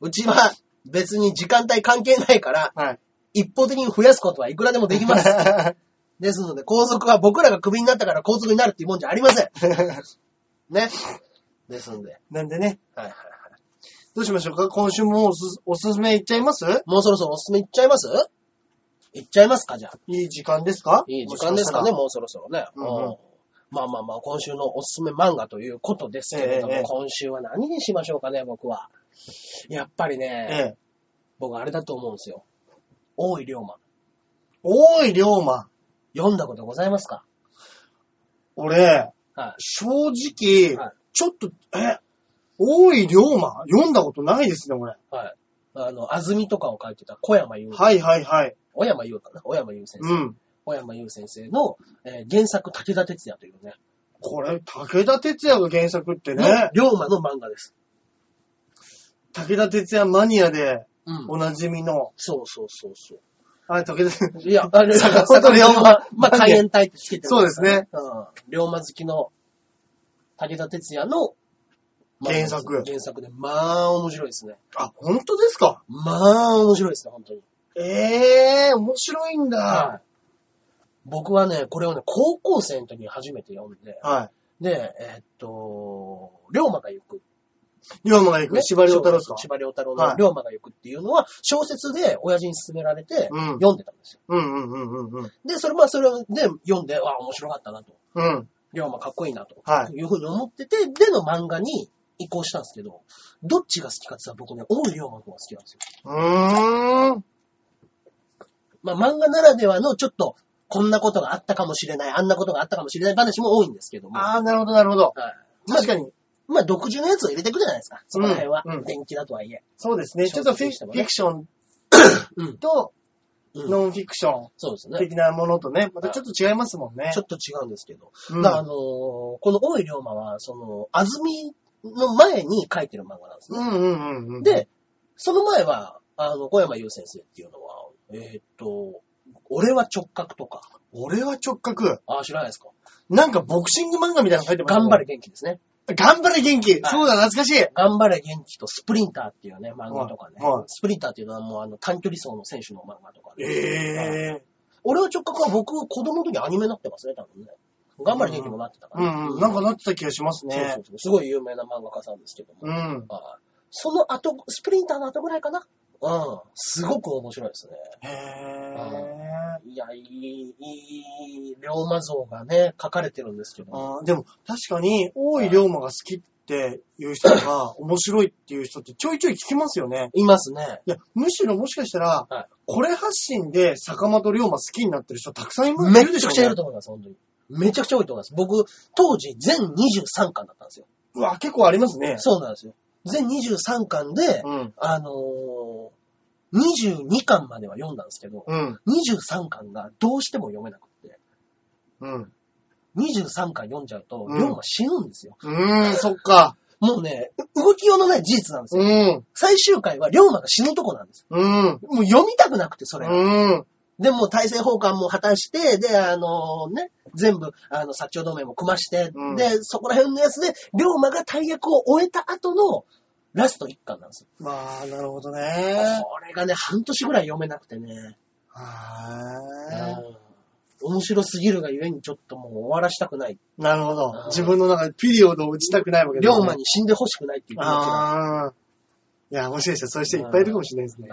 [SPEAKER 1] うちは別に時間帯関係ないか ら、
[SPEAKER 2] はい。
[SPEAKER 1] 一方的に増やすことはいくらでもできます。 ですので、皇族は僕らがクビになったから皇族になるっていうもんじゃありません。ね。ですので。
[SPEAKER 2] なんでね。
[SPEAKER 1] はいはいはい。
[SPEAKER 2] どうしましょうか今週もおすおすすめいっちゃいます
[SPEAKER 1] もうそろそろおすすめいっちゃいますいっちゃいますか、じゃあ。
[SPEAKER 2] いい時間ですか
[SPEAKER 1] いい時間ですかね、。もうそろそろね。
[SPEAKER 2] うんうん
[SPEAKER 1] うんまあまあまあ、今週のおすすめ漫画ということですけれども、
[SPEAKER 2] ええええ
[SPEAKER 1] 今週は何にしましょうかね、僕は。やっぱりね、
[SPEAKER 2] ええ。
[SPEAKER 1] 僕あれだと思うんですよ。大井龍馬。
[SPEAKER 2] おーい、龍馬。
[SPEAKER 1] 読んだことございますか
[SPEAKER 2] 俺、
[SPEAKER 1] は
[SPEAKER 2] 正直、
[SPEAKER 1] はい
[SPEAKER 2] ちょっと、え、大井龍馬読んだことないですね、俺。
[SPEAKER 1] い。はい。あの、安住とかを書いてた小山優、
[SPEAKER 2] はいはいはい。
[SPEAKER 1] 小山優かな小山優先生。
[SPEAKER 2] うん。
[SPEAKER 1] 小山優先生の、えー原作武田鉄矢というね、
[SPEAKER 2] これ、武田鉄矢が原作ってね
[SPEAKER 1] の、龍馬の漫画です。
[SPEAKER 2] 武田鉄矢マニアで
[SPEAKER 1] うん
[SPEAKER 2] おなじみの、
[SPEAKER 1] そうそうそうそう。
[SPEAKER 2] あ、武田、
[SPEAKER 1] いや、あれ、
[SPEAKER 2] 坂本龍馬
[SPEAKER 1] まあ、海援隊ってつけてる
[SPEAKER 2] そうですね。
[SPEAKER 1] うん。龍馬好きの武田鉄矢の
[SPEAKER 2] 原作
[SPEAKER 1] 原作で、まあ面白いですね。
[SPEAKER 2] あ、本当ですか
[SPEAKER 1] まあ面白いですね、本当に。
[SPEAKER 2] ええー、面白いんだ。
[SPEAKER 1] い。僕はね、これをね、高校生の時に初めて読んで、
[SPEAKER 2] は
[SPEAKER 1] で、えーっと、龍馬が行く。
[SPEAKER 2] い。龍馬が行く、司馬遼太郎ですか
[SPEAKER 1] 司馬遼太郎
[SPEAKER 2] はい
[SPEAKER 1] の龍馬が行くっていうのは、小説で親父に勧められて
[SPEAKER 2] うん、
[SPEAKER 1] 読んでたんですよ。
[SPEAKER 2] うんうんうんうんうん。
[SPEAKER 1] で、それ、まあ、それで読んで、わあ、面白かったなと。
[SPEAKER 2] うん。
[SPEAKER 1] 龍馬かっこいいなと、、
[SPEAKER 2] はい
[SPEAKER 1] うふうに思ってて、での漫画に移行したんですけど、どっちが好きかって言ったら僕ね、大井龍馬の方が好きなんですよ。
[SPEAKER 2] うーん。
[SPEAKER 1] まあ漫画ならではのちょっと、こんなことがあったかもしれない、あんなことがあったかもしれない話も多いんですけども。
[SPEAKER 2] ああ、なるほどなるほど。
[SPEAKER 1] はい
[SPEAKER 2] 確かに。
[SPEAKER 1] まあ独自のやつを入れていくじゃないですか。その辺は。
[SPEAKER 2] うんうん
[SPEAKER 1] 電気だとはいえ。
[SPEAKER 2] そうですね。ちょっとフィフィクションと、
[SPEAKER 1] うん
[SPEAKER 2] ノンフィクション
[SPEAKER 1] そうですね。
[SPEAKER 2] 的なものとね、またちょっと違いますもんね。
[SPEAKER 1] ちょっと違うんですけど。
[SPEAKER 2] うん
[SPEAKER 1] だからあのーこの大井龍馬は、その、安住の前に書いてる漫画なんです
[SPEAKER 2] う
[SPEAKER 1] ね。
[SPEAKER 2] んうんうんうん。、
[SPEAKER 1] で、その前は、あの、小山優先生っていうのは、えーっと、俺は直角とか、
[SPEAKER 2] 俺は直角。
[SPEAKER 1] ああ、知らないですか。
[SPEAKER 2] なんかボクシング漫画みたいなの書いてます
[SPEAKER 1] 頑張れ。元気ですね。
[SPEAKER 2] 頑張れ元気。
[SPEAKER 1] はい
[SPEAKER 2] そうだ、懐かしい。
[SPEAKER 1] 頑張れ元気とスプリンターっていうね、漫画とかね。
[SPEAKER 2] はいはい
[SPEAKER 1] スプリンターっていうのはもうあの短距離走の選手の漫画とか、ね。
[SPEAKER 2] ええ
[SPEAKER 1] 俺は直角は僕、子供の時アニメになってますね、多分ね。頑張れ元気もなってたか
[SPEAKER 2] う
[SPEAKER 1] ら。
[SPEAKER 2] んうん。なんかなってた気がします
[SPEAKER 1] そうそ
[SPEAKER 2] ね
[SPEAKER 1] う。そう。すごい有名な漫画家さんですけども。
[SPEAKER 2] うん。
[SPEAKER 1] はいその後、スプリンターの後ぐらいかな。うん。すごく面白いですね。
[SPEAKER 2] へえ。
[SPEAKER 1] いや、いい、いい、龍馬像がね、書かれてるんですけども。
[SPEAKER 2] あーでも確かに、大井龍馬が好きっていう人とか、面白いっていう人ってちょいちょい聞きますよね。
[SPEAKER 1] いますね。
[SPEAKER 2] いや、むしろもしかしたら、
[SPEAKER 1] はい
[SPEAKER 2] これ発信で坂本龍馬好きになってる人たくさんいる
[SPEAKER 1] め
[SPEAKER 2] いるでし
[SPEAKER 1] ちゃ
[SPEAKER 2] ょう
[SPEAKER 1] く
[SPEAKER 2] ね
[SPEAKER 1] ちゃいると思います、本当に。めちゃくちゃ多いと思います。僕、当時全23巻だったんですよ。
[SPEAKER 2] うわ、結構ありますね。
[SPEAKER 1] そうなんですよ。全23巻で、
[SPEAKER 2] うん。
[SPEAKER 1] あのー、22巻までは読んだんですけど、
[SPEAKER 2] うん。
[SPEAKER 1] 23巻がどうしても読めなくて、
[SPEAKER 2] うん。
[SPEAKER 1] 23巻読んじゃうと、
[SPEAKER 2] うん
[SPEAKER 1] 龍馬死ぬんですよ。
[SPEAKER 2] うーん、そっか。
[SPEAKER 1] もうね、う動きようのない事実なんですよ。
[SPEAKER 2] うん。
[SPEAKER 1] 最終回は龍馬が死ぬとこなんです。
[SPEAKER 2] うん。
[SPEAKER 1] もう読みたくなくて、それが。
[SPEAKER 2] うん。
[SPEAKER 1] で、もう大政奉還も果たして、で、あのね、全部、あの、薩長同盟も組まして、
[SPEAKER 2] うん
[SPEAKER 1] で、そこら辺のやつで、龍馬が大役を終えた後の、ラスト一巻なんですよ。
[SPEAKER 2] まあ、なるほどね。
[SPEAKER 1] これがね、半年ぐらい読めなくてね、
[SPEAKER 2] は
[SPEAKER 1] うん面白すぎるがゆえにちょっともう終わらしたくない。
[SPEAKER 2] い。なるほ
[SPEAKER 1] あー
[SPEAKER 2] ど。自分の中でピリオドを打ちたくないわけ
[SPEAKER 1] 龍
[SPEAKER 2] ですね
[SPEAKER 1] 馬に死んでほしくないっていう気持ちが。
[SPEAKER 2] ああ。いや、もしかしたらそういう人いっぱいいるかもしれないですね。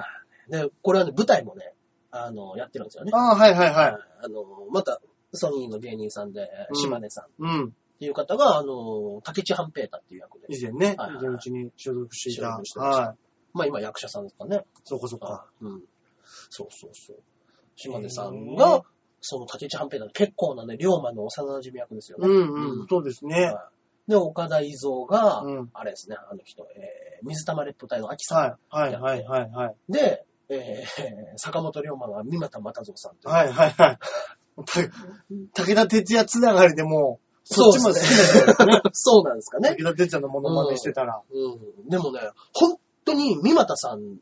[SPEAKER 1] で、これはね、舞台もね、あの、やってるんですよね。
[SPEAKER 2] ああ、はいはいはい。
[SPEAKER 1] あの、また、ソニーの芸人さんで、
[SPEAKER 2] うん
[SPEAKER 1] 島根さんっ
[SPEAKER 2] うん。
[SPEAKER 1] ていう方が、あの、竹地半平太っていう役で、
[SPEAKER 2] 以前ね、
[SPEAKER 1] はいはい
[SPEAKER 2] 以前うちに所属してい
[SPEAKER 1] 所
[SPEAKER 2] た
[SPEAKER 1] 属し。てました
[SPEAKER 2] はい。
[SPEAKER 1] まあ今役者さんですかね。
[SPEAKER 2] そうかそうか。
[SPEAKER 1] うん。そうそうそう。島根さん
[SPEAKER 2] へ
[SPEAKER 1] が
[SPEAKER 2] ー、
[SPEAKER 1] その竹地半平太の結構なね、龍馬の幼馴染役ですよ
[SPEAKER 2] う
[SPEAKER 1] ね。
[SPEAKER 2] ん
[SPEAKER 1] う
[SPEAKER 2] うんん。そうですね。
[SPEAKER 1] はいで、岡田伊蔵が、
[SPEAKER 2] うん
[SPEAKER 1] あれですね、あの人、えー、水玉列島隊の秋さん。
[SPEAKER 2] はい。はいはいはいはい。
[SPEAKER 1] で、えー、坂本龍馬が三股又蔵さんという。
[SPEAKER 2] はいはいはい。武田鉄矢つながりでもう、そっちも好き
[SPEAKER 1] そうですね。 そうなんですかね。
[SPEAKER 2] 武田鉄矢のモノマネしてたら。
[SPEAKER 1] うん。でもね、本当に三股さん、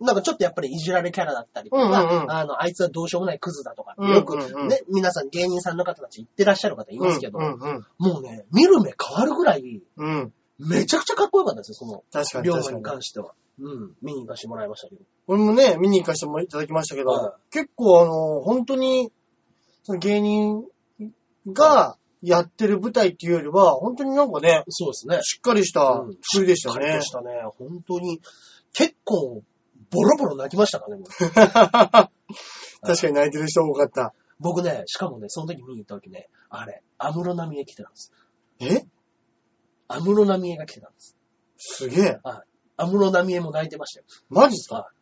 [SPEAKER 1] なんかちょっとやっぱりいじられキャラだったりとか、
[SPEAKER 2] うんうんうん
[SPEAKER 1] あの、あいつはどうしようもないクズだとかって
[SPEAKER 2] うんうんうん
[SPEAKER 1] よくね、皆さん芸人さんの方たち言ってらっしゃる方いますけど、
[SPEAKER 2] うんうん
[SPEAKER 1] もうね、見る目変わるぐらい、
[SPEAKER 2] うん。うん。
[SPEAKER 1] めちゃくちゃかっこよかったですよ、その、
[SPEAKER 2] 確かに
[SPEAKER 1] 龍馬
[SPEAKER 2] 確か
[SPEAKER 1] に
[SPEAKER 2] に。
[SPEAKER 1] 関しては。うん、見に行かせてもらいましたけど。
[SPEAKER 2] 俺もね、見に行かせてもいただきましたけど、
[SPEAKER 1] は
[SPEAKER 2] 結構あの、本当に、その芸人がやってる舞台っていうよりは、本当になんかね、
[SPEAKER 1] そうですね。
[SPEAKER 2] しっかりした
[SPEAKER 1] うん
[SPEAKER 2] 作りでした
[SPEAKER 1] 疲
[SPEAKER 2] ね。
[SPEAKER 1] れでしたね。本当に、結構、ボロボロ泣きましたからね、僕
[SPEAKER 2] 確かに泣いてる人多かった。
[SPEAKER 1] 僕ね、しかもね、その時見に行った時ね、あれ、安室奈美恵来てたんです。
[SPEAKER 2] え
[SPEAKER 1] 安室奈美恵が来てたんです。
[SPEAKER 2] すげえ。
[SPEAKER 1] 安室奈美恵も泣いてましたよ。
[SPEAKER 2] マジっすか
[SPEAKER 1] はい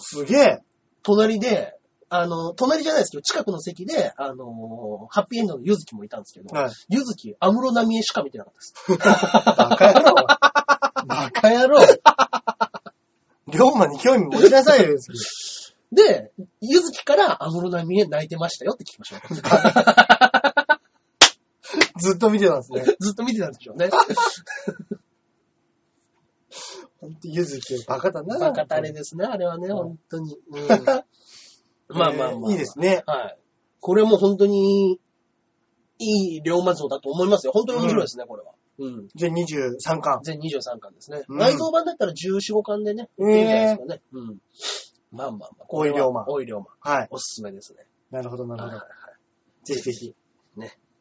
[SPEAKER 2] すげえ。
[SPEAKER 1] 隣で、あの、隣じゃないですけど、近くの席で、あのハッピーエンドのゆずきもいたんですけど、
[SPEAKER 2] はい。
[SPEAKER 1] ゆずき、安室奈美恵しか見てなかったです。
[SPEAKER 2] バカ野郎。バカ野郎。龍馬に興味持ちなさいよ。
[SPEAKER 1] で、ゆずきから安室奈美恵泣いてましたよって聞きました。
[SPEAKER 2] ずっと見てたんですね。
[SPEAKER 1] ずっと見てたんでしょうね。
[SPEAKER 2] ほんと、ゆずきはバカだな。
[SPEAKER 1] バカタレですね、あれはね、
[SPEAKER 2] うん
[SPEAKER 1] 本当に。う
[SPEAKER 2] ね。
[SPEAKER 1] んまあまあまあ。
[SPEAKER 2] いいですね。
[SPEAKER 1] はい。これも本当に、いい龍馬像だと思いますよ。本当に面白いですね、これは。うん。
[SPEAKER 2] じゃあ23巻。
[SPEAKER 1] 全23巻ですね。
[SPEAKER 2] うん
[SPEAKER 1] 内蔵版だったら14、5巻でね、
[SPEAKER 2] え
[SPEAKER 1] い
[SPEAKER 2] ー
[SPEAKER 1] いんじゃないですかね。うん。まあまあまあ。
[SPEAKER 2] 大井龍馬
[SPEAKER 1] 大井龍馬。
[SPEAKER 2] はい。
[SPEAKER 1] おすすめですね。
[SPEAKER 2] なるほど、なるほ
[SPEAKER 1] はい
[SPEAKER 2] ど
[SPEAKER 1] は。いはい
[SPEAKER 2] ぜひぜひ。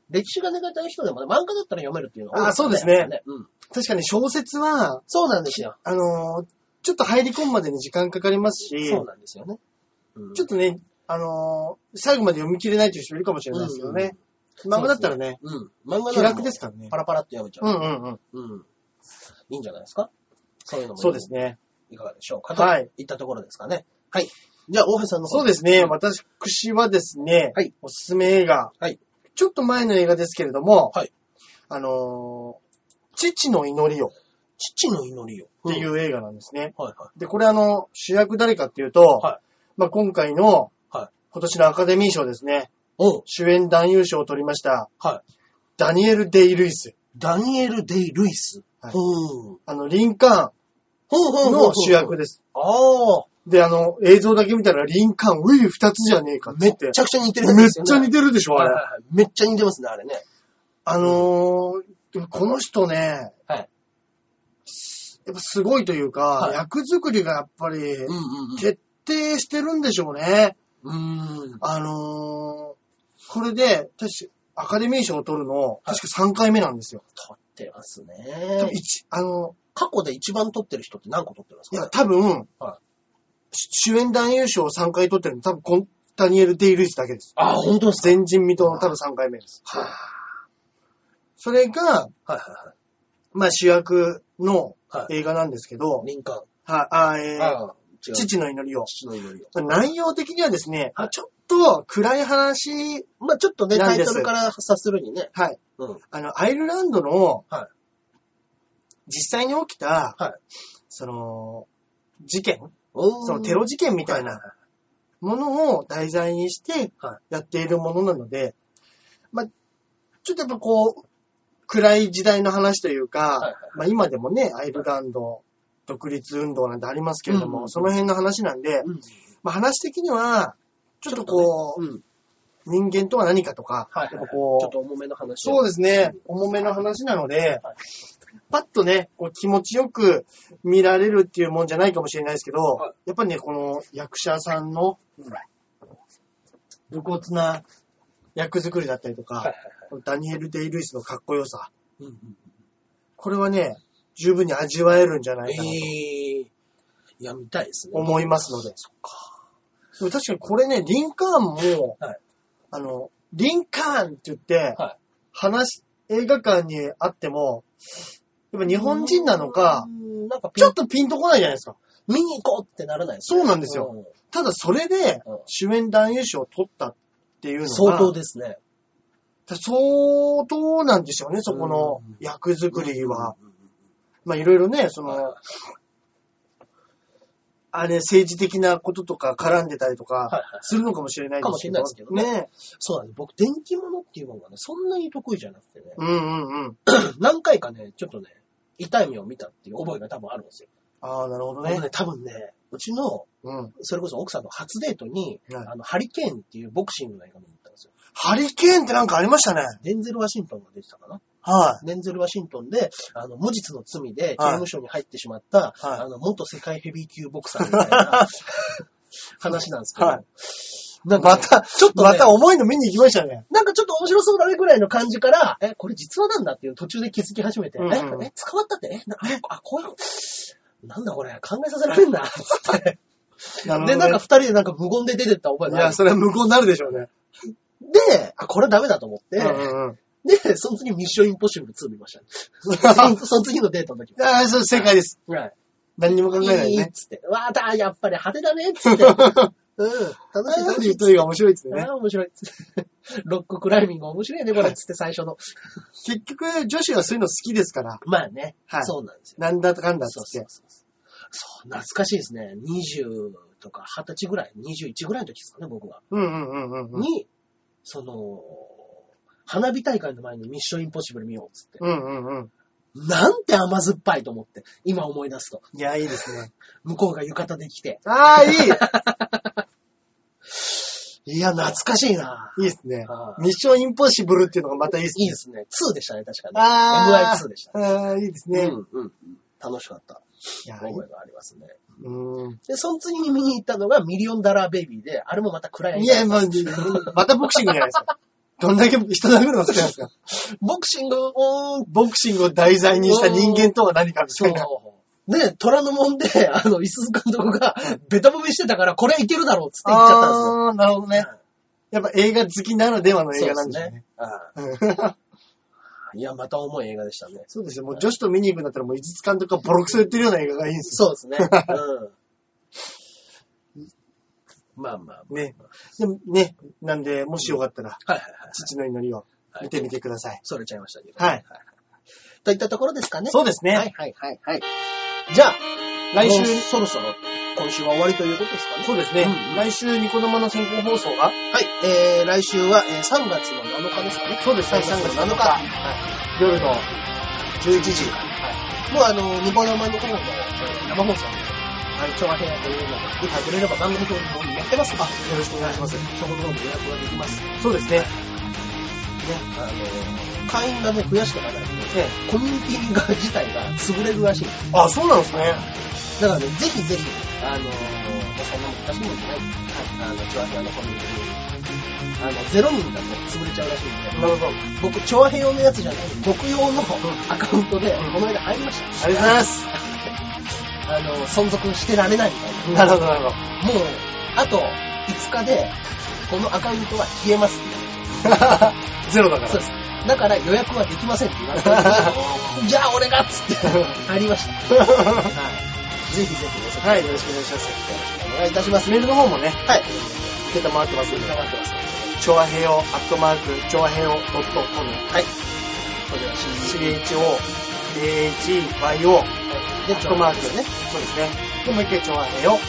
[SPEAKER 1] 歴史が苦手な人でもね、漫画だったら読めるっていうのは、
[SPEAKER 2] あそうですね
[SPEAKER 1] うん。
[SPEAKER 2] 確かに小説は、
[SPEAKER 1] そうなんですよ。
[SPEAKER 2] あのーちょっと入り込むまでに時間かかりますし、
[SPEAKER 1] そうなんですよね。うん
[SPEAKER 2] ちょっとね、あのー最後まで読み切れないという人いるかもしれないですけどね。
[SPEAKER 1] んうん
[SPEAKER 2] 漫画だったらね、
[SPEAKER 1] うん。漫画
[SPEAKER 2] 気楽ですからね
[SPEAKER 1] パ。ラパラって読めちゃ
[SPEAKER 2] うん
[SPEAKER 1] う。
[SPEAKER 2] うんうん。
[SPEAKER 1] うん。いいんじゃないですかそういうのも。
[SPEAKER 2] そうです。ね。
[SPEAKER 1] いかがでしょうか
[SPEAKER 2] はい
[SPEAKER 1] といったところですかね。はい。じゃあ、大橋さんの方
[SPEAKER 2] そうですね。私はですね、
[SPEAKER 1] はい
[SPEAKER 2] おすすめ映画、
[SPEAKER 1] はい
[SPEAKER 2] ちょっと前の映画ですけれども、
[SPEAKER 1] はい
[SPEAKER 2] あのー父の祈りを
[SPEAKER 1] 父の祈りよ。。
[SPEAKER 2] っていうう映画なんですね。
[SPEAKER 1] はいは
[SPEAKER 2] で、これあの、主役誰かっていうと、
[SPEAKER 1] は
[SPEAKER 2] まあ、今回の、
[SPEAKER 1] は
[SPEAKER 2] 今年のアカデミー賞ですね。
[SPEAKER 1] おう。
[SPEAKER 2] 主演男優賞を取りました。
[SPEAKER 1] はい。
[SPEAKER 2] ダニエル・デイ・ルイス。
[SPEAKER 1] ダニエル・デイ・ルイス。
[SPEAKER 2] はい
[SPEAKER 1] ほう
[SPEAKER 2] あの、リンカ
[SPEAKER 1] ほうほ
[SPEAKER 2] ー
[SPEAKER 1] う
[SPEAKER 2] ン
[SPEAKER 1] ほう
[SPEAKER 2] の主役。です。
[SPEAKER 1] ああ。
[SPEAKER 2] で、あの、映像だけ見たら、リンカーン、ウィル二つじゃねえかっ
[SPEAKER 1] め
[SPEAKER 2] て
[SPEAKER 1] っちゃくちゃ似てるやつ
[SPEAKER 2] めっ
[SPEAKER 1] ですよ
[SPEAKER 2] ちゃ似
[SPEAKER 1] ね。
[SPEAKER 2] てるでしょ、あ
[SPEAKER 1] はいはい
[SPEAKER 2] れ。
[SPEAKER 1] はいめっちゃ似てますね、あれね。
[SPEAKER 2] あのー、この人ね、
[SPEAKER 1] はい
[SPEAKER 2] やっぱすごいというか、
[SPEAKER 1] はい
[SPEAKER 2] 役作りがやっぱり、
[SPEAKER 1] うんうん
[SPEAKER 2] 徹底してるんでしょうね。
[SPEAKER 1] うん。うーん。
[SPEAKER 2] あのー、これで、確か、アカデミー賞を取るの、確か3回目なんですよ。
[SPEAKER 1] 撮ってますね。
[SPEAKER 2] 多分一あの、
[SPEAKER 1] 過去で一番撮ってる人って何個撮ってます
[SPEAKER 2] いや、
[SPEAKER 1] か
[SPEAKER 2] 多分、
[SPEAKER 1] は
[SPEAKER 2] 主演男優賞を3回取ってるの、多分こん、ダニエル・デイ・ルイスだけです。
[SPEAKER 1] ああ、本当ですか
[SPEAKER 2] 前人未到の多分3回目です。
[SPEAKER 1] は
[SPEAKER 2] それが、
[SPEAKER 1] あはいは
[SPEAKER 2] まあ主役の
[SPEAKER 1] はい
[SPEAKER 2] 映画なんですけど
[SPEAKER 1] いはい。、リンカ
[SPEAKER 2] は、あ、え
[SPEAKER 1] ーン。
[SPEAKER 2] ー
[SPEAKER 1] ああ、違う。
[SPEAKER 2] 父の祈りを。
[SPEAKER 1] 父の祈りを。
[SPEAKER 2] 内容的にはですね、
[SPEAKER 1] はい
[SPEAKER 2] ちょっと暗い話、
[SPEAKER 1] まあちょっとね、
[SPEAKER 2] な
[SPEAKER 1] タ
[SPEAKER 2] ん
[SPEAKER 1] イ
[SPEAKER 2] です
[SPEAKER 1] トルから察するにね。
[SPEAKER 2] はい。
[SPEAKER 1] うん。
[SPEAKER 2] あの、アイルランドの、
[SPEAKER 1] は
[SPEAKER 2] 実際に起きた、
[SPEAKER 1] はい
[SPEAKER 2] その、事件、
[SPEAKER 1] おー
[SPEAKER 2] そのテロ事件みたい
[SPEAKER 1] は
[SPEAKER 2] なものを題材にして
[SPEAKER 1] は
[SPEAKER 2] やっているものなので、まあ、ちょっとやっぱこう、暗い時代の話というか、
[SPEAKER 1] はい
[SPEAKER 2] まあ今でもね、アイルランド独立運動なんてありますけれども、
[SPEAKER 1] うん
[SPEAKER 2] その辺の話なんで、
[SPEAKER 1] うん。
[SPEAKER 2] まあ話的には、ちょっとこう、
[SPEAKER 1] うん。
[SPEAKER 2] 人間とは何かとか、
[SPEAKER 1] はいはい
[SPEAKER 2] やっ
[SPEAKER 1] はい。
[SPEAKER 2] ぱ
[SPEAKER 1] ち
[SPEAKER 2] こう
[SPEAKER 1] ょっと重めの話。
[SPEAKER 2] そう
[SPEAKER 1] で
[SPEAKER 2] ですね、重めの話なので、
[SPEAKER 1] はい
[SPEAKER 2] パッとね、こう気持ちよく見られるっていうもんじゃないかもしれないですけど、
[SPEAKER 1] はい
[SPEAKER 2] やっぱりね、この役者さんの武骨な役作りだったりとか、
[SPEAKER 1] はいはい
[SPEAKER 2] ダニエル・デイ・ルイスのかっこよさ、
[SPEAKER 1] はい。うんうん
[SPEAKER 2] これはね、十分に味わえるんじゃないかなと
[SPEAKER 1] ええー。いや、見たいですね。
[SPEAKER 2] 思いますので。
[SPEAKER 1] そっか。
[SPEAKER 2] でも確かにこれね、リンカーンも、
[SPEAKER 1] はい
[SPEAKER 2] あの、リンカーンって言って、
[SPEAKER 1] はい
[SPEAKER 2] 話、映画館にあっても、やっぱ日本人なのか、
[SPEAKER 1] うーん、なんかピ
[SPEAKER 2] ち
[SPEAKER 1] ン
[SPEAKER 2] ょっとピンとこないじゃないですか。
[SPEAKER 1] 見に行こうってならないですね
[SPEAKER 2] そうなんですよ。ただそれで
[SPEAKER 1] うん
[SPEAKER 2] 主演男優賞を取ったっていうの
[SPEAKER 1] うん
[SPEAKER 2] が、
[SPEAKER 1] 相当ですね。
[SPEAKER 2] 相当なんでしょうね、そこの
[SPEAKER 1] うん
[SPEAKER 2] 役作りは。
[SPEAKER 1] うんうんうん。
[SPEAKER 2] まあいろいろね、そ
[SPEAKER 1] はい
[SPEAKER 2] の、あれ政治的なこととか絡んでたりと
[SPEAKER 1] はいはい
[SPEAKER 2] か
[SPEAKER 1] はい
[SPEAKER 2] するのかもしれないですけど。
[SPEAKER 1] かもしれないそうなんです。僕、電気物っていうものがね、そんなに得意じゃなくてね、
[SPEAKER 2] うんうんうん。
[SPEAKER 1] 何回かね、ちょっとね、痛い目を見たっていう覚えが多分あるんですよ。
[SPEAKER 2] ああ、なるほど
[SPEAKER 1] あの
[SPEAKER 2] ね。
[SPEAKER 1] ね、多分ね、うちの、
[SPEAKER 2] うん。
[SPEAKER 1] それこそ奥さんの初デートに、
[SPEAKER 2] はい
[SPEAKER 1] あの、ハリケーンっていうボクシングの映画見に行ったんですよ。
[SPEAKER 2] ハリケーンってなんかありましたね。
[SPEAKER 1] デンゼル・ワシントンが出てたかな
[SPEAKER 2] はい。
[SPEAKER 1] デンゼル・ワシントンで、あの、無実の罪で刑
[SPEAKER 2] はい
[SPEAKER 1] 務所に入ってしまった、
[SPEAKER 2] はい
[SPEAKER 1] あの、元世界ヘビー級ボクサーみたい な話なんですけど、
[SPEAKER 2] はい
[SPEAKER 1] なんか
[SPEAKER 2] ま
[SPEAKER 1] ね、
[SPEAKER 2] た、ちょっと、また重いの見に行きましたね。
[SPEAKER 1] なんかちょっと面白そうだねぐらいの感じから、え、これ実話なんだっていう途中で気づき始めて、
[SPEAKER 2] うんうん
[SPEAKER 1] え、え、捕まったって、え、なえあ、こういう、なんだこれ、考えさせられんな、つって。
[SPEAKER 2] なるほどね
[SPEAKER 1] で、なんか二人でなんか無言で出てった覚え
[SPEAKER 2] い
[SPEAKER 1] があ
[SPEAKER 2] や、
[SPEAKER 1] る。
[SPEAKER 2] それは無効になるでしょうね。
[SPEAKER 1] で、あ、これダメだと思って、
[SPEAKER 2] うんうんうん。
[SPEAKER 1] で、その次ミッションインポッシブル2見ました、その その次のデートの時は。
[SPEAKER 2] ああ、そう、正解です。
[SPEAKER 1] はい。
[SPEAKER 2] 何にも考えない
[SPEAKER 1] いい
[SPEAKER 2] ね
[SPEAKER 1] っ。つって。わーだ、やっぱり派手だねっつって。うん。楽しい
[SPEAKER 2] 何
[SPEAKER 1] 楽し
[SPEAKER 2] 言
[SPEAKER 1] い
[SPEAKER 2] っ。とるか面白いっつってね。
[SPEAKER 1] あー面白いっ つって。ロッククライミング面白いね、これっつって最初の。
[SPEAKER 2] 結局、女子はそういうの好きですから。
[SPEAKER 1] まあね。
[SPEAKER 2] はい
[SPEAKER 1] そうなんですよ。
[SPEAKER 2] なんだかんだっつ
[SPEAKER 1] そう
[SPEAKER 2] って。
[SPEAKER 1] そうそう。懐かしいですね。20とか20歳ぐらい、21ぐらいの時ですかね、僕は。
[SPEAKER 2] うんうんうんうん。
[SPEAKER 1] に、その、花火大会の前にミッションインポッシブル見ようっつって。
[SPEAKER 2] うんうんうん。
[SPEAKER 1] なんて甘酸っぱいと思って、今思い出すと。
[SPEAKER 2] いや、いいですね。
[SPEAKER 1] 向こうが浴衣で来て。
[SPEAKER 2] ああ、いい
[SPEAKER 1] いや、懐かしいない
[SPEAKER 2] いですね
[SPEAKER 1] あ。ー
[SPEAKER 2] ミッションインポッシブルっていうのがまたいいです
[SPEAKER 1] いい
[SPEAKER 2] ね。
[SPEAKER 1] ですね。2でしたね、確かね。
[SPEAKER 2] ああ。
[SPEAKER 1] MI2 でした。
[SPEAKER 2] ああ、いいです
[SPEAKER 1] う
[SPEAKER 2] ね。
[SPEAKER 1] んうんうん。楽しかった
[SPEAKER 2] いや、いい
[SPEAKER 1] 覚えがありますね。
[SPEAKER 2] う
[SPEAKER 1] で、その次に見に行ったのがミリオンダラーベイビーで、あれもまた暗
[SPEAKER 2] ん。
[SPEAKER 1] い
[SPEAKER 2] い。や、まあ、またボクシングじゃないですか。どんだけ人殴るの好きなんですか
[SPEAKER 1] ボクシング、うーん、
[SPEAKER 2] ボクシングを題材にした人間とは何かみたいな。
[SPEAKER 1] そう。で、虎ノ門で、 あの、イス監督が、ベタ褒めしてたから、これはいけるだろうっつって言っちゃったんですよ。
[SPEAKER 2] ああ、なるほどね。やっぱ映画好きならではの映
[SPEAKER 1] そう
[SPEAKER 2] 画なん
[SPEAKER 1] です
[SPEAKER 2] でしょうね
[SPEAKER 1] ね。。あ
[SPEAKER 2] うん
[SPEAKER 1] あいや、また重い映画でしたね。
[SPEAKER 2] そうですよ。もう女子と見に行くんだったらもう井筒監督がボロクソ言ってるような映画がいいんです
[SPEAKER 1] そうですね。うん。まあまあ。
[SPEAKER 2] よ。ね。でもね、なんで、もしよかったら、
[SPEAKER 1] はいはいはい。
[SPEAKER 2] 父の祈りを
[SPEAKER 1] はい
[SPEAKER 2] 見てみてください。
[SPEAKER 1] それちゃいましたけど。
[SPEAKER 2] はい。
[SPEAKER 1] といったところですかね。
[SPEAKER 2] そうですね。
[SPEAKER 1] はいはいはいはい。じゃあ、
[SPEAKER 2] 来
[SPEAKER 1] 来
[SPEAKER 2] 週
[SPEAKER 1] 週、そろそろ今週は終わりということですかね。
[SPEAKER 2] そうですね。
[SPEAKER 1] うんうん
[SPEAKER 2] 来週、ニコ生の先行放送が、
[SPEAKER 1] はい、えー、来週は、えー3月の7日ですかね。
[SPEAKER 2] そうです
[SPEAKER 1] は
[SPEAKER 2] ね
[SPEAKER 1] い、3月7日。はい、
[SPEAKER 2] 夜の、
[SPEAKER 1] 11時。はい。もうあの、ニコ生の方のえー生放送、あの、調和平和というのを見てくれれば番組表にもやってますあ、よろしくお願いします。そこの方も予約ができます。ね、
[SPEAKER 2] そうですね。
[SPEAKER 1] あの、会員がね、増やしていかないと、
[SPEAKER 2] ええ
[SPEAKER 1] コミュニティが自体が潰れるらしいです。
[SPEAKER 2] あ、そうなんですね。
[SPEAKER 1] だからね、ぜひぜひ、あのー、そんな難しいもんじゃない。はい。あの、チョアヘアのコミュニティ。あの、ゼロ人だと潰れちゃうらしいん
[SPEAKER 2] な
[SPEAKER 1] で、
[SPEAKER 2] るほど。あり
[SPEAKER 1] 僕、チョアヘアのやつじゃない、僕用のアカウントで、この間入りました。
[SPEAKER 2] がとうございます。
[SPEAKER 1] あの、存続してられないみた
[SPEAKER 2] な
[SPEAKER 1] いな。
[SPEAKER 2] るほど、なるほど。
[SPEAKER 1] もう、あと5日で、このアカウントは消えますって言われて
[SPEAKER 2] ゼロだから。
[SPEAKER 1] そうです。だから予約はできませんって言われて、じゃあ俺がっつって、入りました。はい。ぜひぜひご参加
[SPEAKER 2] はい、よろしくお願いします。
[SPEAKER 1] お願いいたします。
[SPEAKER 2] メールの方もね、
[SPEAKER 1] はい。
[SPEAKER 2] 受けたまってますんで。
[SPEAKER 1] ってます。
[SPEAKER 2] 調和平を、アットマーク、調和平を .com。
[SPEAKER 1] はい。これは CD
[SPEAKER 2] CHO、AHYO、
[SPEAKER 1] で、
[SPEAKER 2] アットマーク
[SPEAKER 1] ですね。
[SPEAKER 2] そうですね。で、もう一回調和平を .com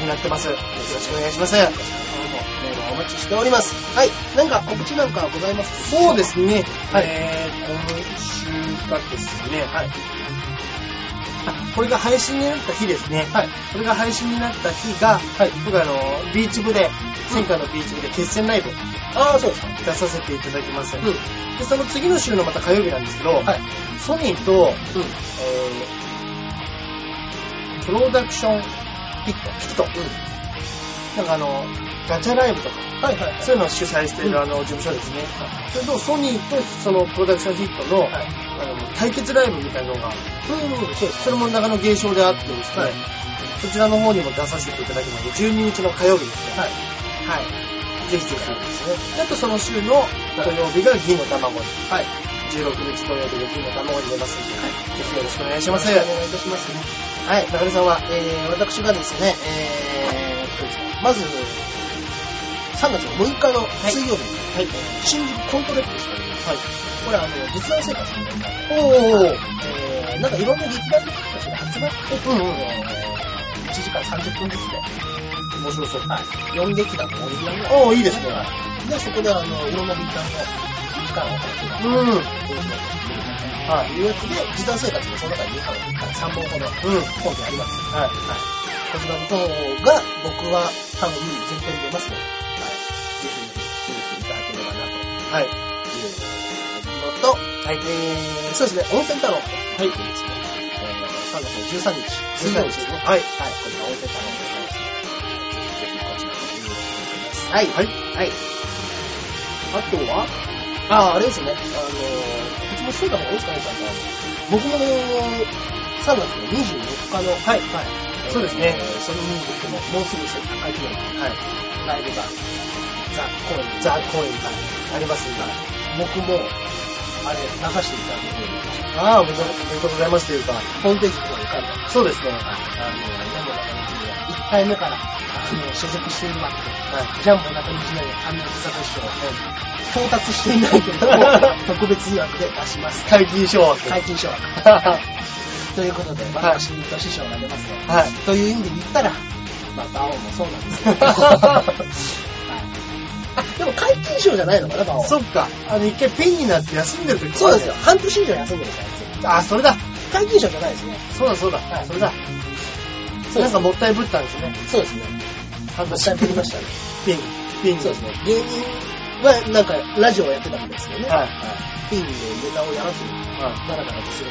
[SPEAKER 2] になってます。よろしくお願いします。
[SPEAKER 1] メールをお待ちしております。はい。なんか告知なんかはございます
[SPEAKER 2] そうですね。
[SPEAKER 1] はい
[SPEAKER 2] えー、今週がですね、あこれが配信になった日ですね。
[SPEAKER 1] はい。
[SPEAKER 2] これが配信になった日が、
[SPEAKER 1] はい
[SPEAKER 2] 僕あの、ビーチ部で、戦火のビーチ部で決戦ライブ
[SPEAKER 1] ああ、そうですか。
[SPEAKER 2] 出させていただきます。
[SPEAKER 1] うん。
[SPEAKER 2] で、その次の週のまた火曜日なんですけど、
[SPEAKER 1] はい。
[SPEAKER 2] ソニーと、
[SPEAKER 1] うん。
[SPEAKER 2] えー、プロダクションピ
[SPEAKER 1] ピッ
[SPEAKER 2] ット、
[SPEAKER 1] うん。
[SPEAKER 2] なんかあの、ガチャライブとか、
[SPEAKER 1] はいはいはい。
[SPEAKER 2] そういうのを主催している、
[SPEAKER 1] うん
[SPEAKER 2] あの、事務所ですね。それと、ソニーとそのプロダクションヒットの、
[SPEAKER 1] はい
[SPEAKER 2] あの、対決ライブみたいなのが、
[SPEAKER 1] うん、そうです。
[SPEAKER 2] それも長野芸商であってですね、
[SPEAKER 1] はい
[SPEAKER 2] そちらの方にも出させていただきます。12日の火曜日ですね。
[SPEAKER 1] はい。
[SPEAKER 2] はい。ぜひぜひ。
[SPEAKER 1] ですね。
[SPEAKER 2] あとその週の土曜日が銀の卵に、
[SPEAKER 1] はい。
[SPEAKER 2] 16日土曜日が銀の卵に出ますので、ぜひよろしくお願いし
[SPEAKER 1] よ
[SPEAKER 2] ま
[SPEAKER 1] ろ
[SPEAKER 2] す。
[SPEAKER 1] しくお願いいたしますね。はい。中根さんは、えー、私がですね、えー、そうですねまず、3月6日の水曜日に、
[SPEAKER 2] はい。
[SPEAKER 1] 新宿コントレックスという、
[SPEAKER 2] はい。
[SPEAKER 1] これあの、実弾生活の
[SPEAKER 2] お
[SPEAKER 1] 中で、
[SPEAKER 2] ー。
[SPEAKER 1] えー、なんかいろんな劇団たちが集まって、
[SPEAKER 2] うんうん
[SPEAKER 1] えー1時間30分ずつで、
[SPEAKER 2] 面白そう。
[SPEAKER 1] はい、4劇団のオリジナル
[SPEAKER 2] おー、いいですね。
[SPEAKER 1] で、そこであの、いろんな劇団の時間を楽し
[SPEAKER 2] う
[SPEAKER 1] む
[SPEAKER 2] ん。うん。
[SPEAKER 1] どうしようかというやつで、時短生活もその中に2班、3本ほど本であります。
[SPEAKER 2] はい。
[SPEAKER 1] こちらの方が、僕は多分全編出ますので、はい、ぜひ、見ていただければなと
[SPEAKER 2] はい。
[SPEAKER 1] いうのと、
[SPEAKER 2] はい。
[SPEAKER 1] えー、そうですね、温泉太郎。はい。
[SPEAKER 2] はい。
[SPEAKER 1] えー、3月の13日、水曜日ですね。は
[SPEAKER 2] は
[SPEAKER 1] い。
[SPEAKER 2] い。
[SPEAKER 1] こちら温泉太郎でございます。ぜひこちらも見に来てください。はい。
[SPEAKER 2] はい。
[SPEAKER 1] はい。あとはああ、あれですね。あのー、うちもそうだ方がいいですかね、ちゃんと。僕も、3月の24日の、はい、はい。
[SPEAKER 2] そうですね
[SPEAKER 1] えーそのミュージックの、もうすぐ世界記念の、はい。ライブが、ザ・コイン、
[SPEAKER 2] ザ
[SPEAKER 1] ザ・
[SPEAKER 2] 公演がありますんで。
[SPEAKER 1] 僕も、あれ、流していただいて、
[SPEAKER 2] ああ、おめでとうございますというか。
[SPEAKER 1] ホームページにも浮かんだ。
[SPEAKER 2] そうですね。
[SPEAKER 1] あの、ジャンボ中野道1回目から、あの、所属しているわけで、ジャンボ中野道の神の久と師匠は、到達していないけれ ども、特別予約で出します。
[SPEAKER 2] 解禁賞枠。
[SPEAKER 1] 解禁賞 枠。ということで、
[SPEAKER 2] はい
[SPEAKER 1] 私と師匠が出ますね。
[SPEAKER 2] はい。
[SPEAKER 1] という意味で言ったら、まあ、馬王もそうなんですけ ど。あでも解禁賞じゃないのかな、馬王。
[SPEAKER 2] そっか。あの、一回ピンになって休んでる時
[SPEAKER 1] そうなんですよ。。半年以上休んでるから、
[SPEAKER 2] あ、それだ。
[SPEAKER 1] 解禁賞じゃないですね。
[SPEAKER 2] そうだそうだ。
[SPEAKER 1] はい
[SPEAKER 2] それだ。
[SPEAKER 1] そうで
[SPEAKER 2] なん
[SPEAKER 1] す
[SPEAKER 2] かもったいぶったんですね。
[SPEAKER 1] そうですね。半年やってきましたね。
[SPEAKER 2] ピン。ピン。
[SPEAKER 1] そうですね。芸人は、なんか、ラジオをやってたんですよね。
[SPEAKER 2] はい
[SPEAKER 1] ピンでネタをやらずに、
[SPEAKER 2] は
[SPEAKER 1] ダラダラと過ごしてる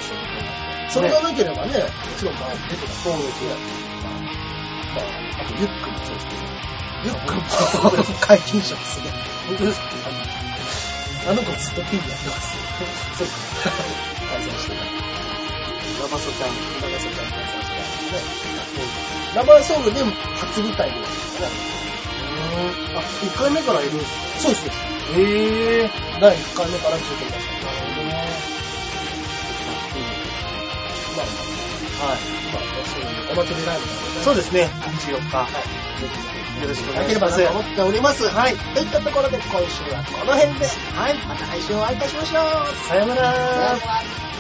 [SPEAKER 1] それがなければね、もちろん、まあ、出てたそうですね。まあ、まあ、あと、ユックもそうですけど、ユックも解禁賞ですね。
[SPEAKER 2] 本当ですか
[SPEAKER 1] あの子ずっとピンでやってます。そうですね。解散してた。
[SPEAKER 2] ラバソちゃん。
[SPEAKER 1] ラバソちゃん解散してたね。ラバーソングでも初舞台で、
[SPEAKER 2] あ、一回目からいるんですか
[SPEAKER 1] そうです、そうです。
[SPEAKER 2] へえ。
[SPEAKER 1] 第1回目からずっといました。
[SPEAKER 2] なるほどね。
[SPEAKER 1] まあ、
[SPEAKER 2] はい。
[SPEAKER 1] まあ、そういうお祭りライブなので、
[SPEAKER 2] そうですね。24日。よろしくお
[SPEAKER 1] な
[SPEAKER 2] 願い
[SPEAKER 1] け
[SPEAKER 2] し
[SPEAKER 1] れば
[SPEAKER 2] ま
[SPEAKER 1] な
[SPEAKER 2] す。
[SPEAKER 1] と思っております。はい。といったところで今週はこの辺で、はい。また来週お会いいたしましょう。
[SPEAKER 2] さようなら。
[SPEAKER 1] さよなら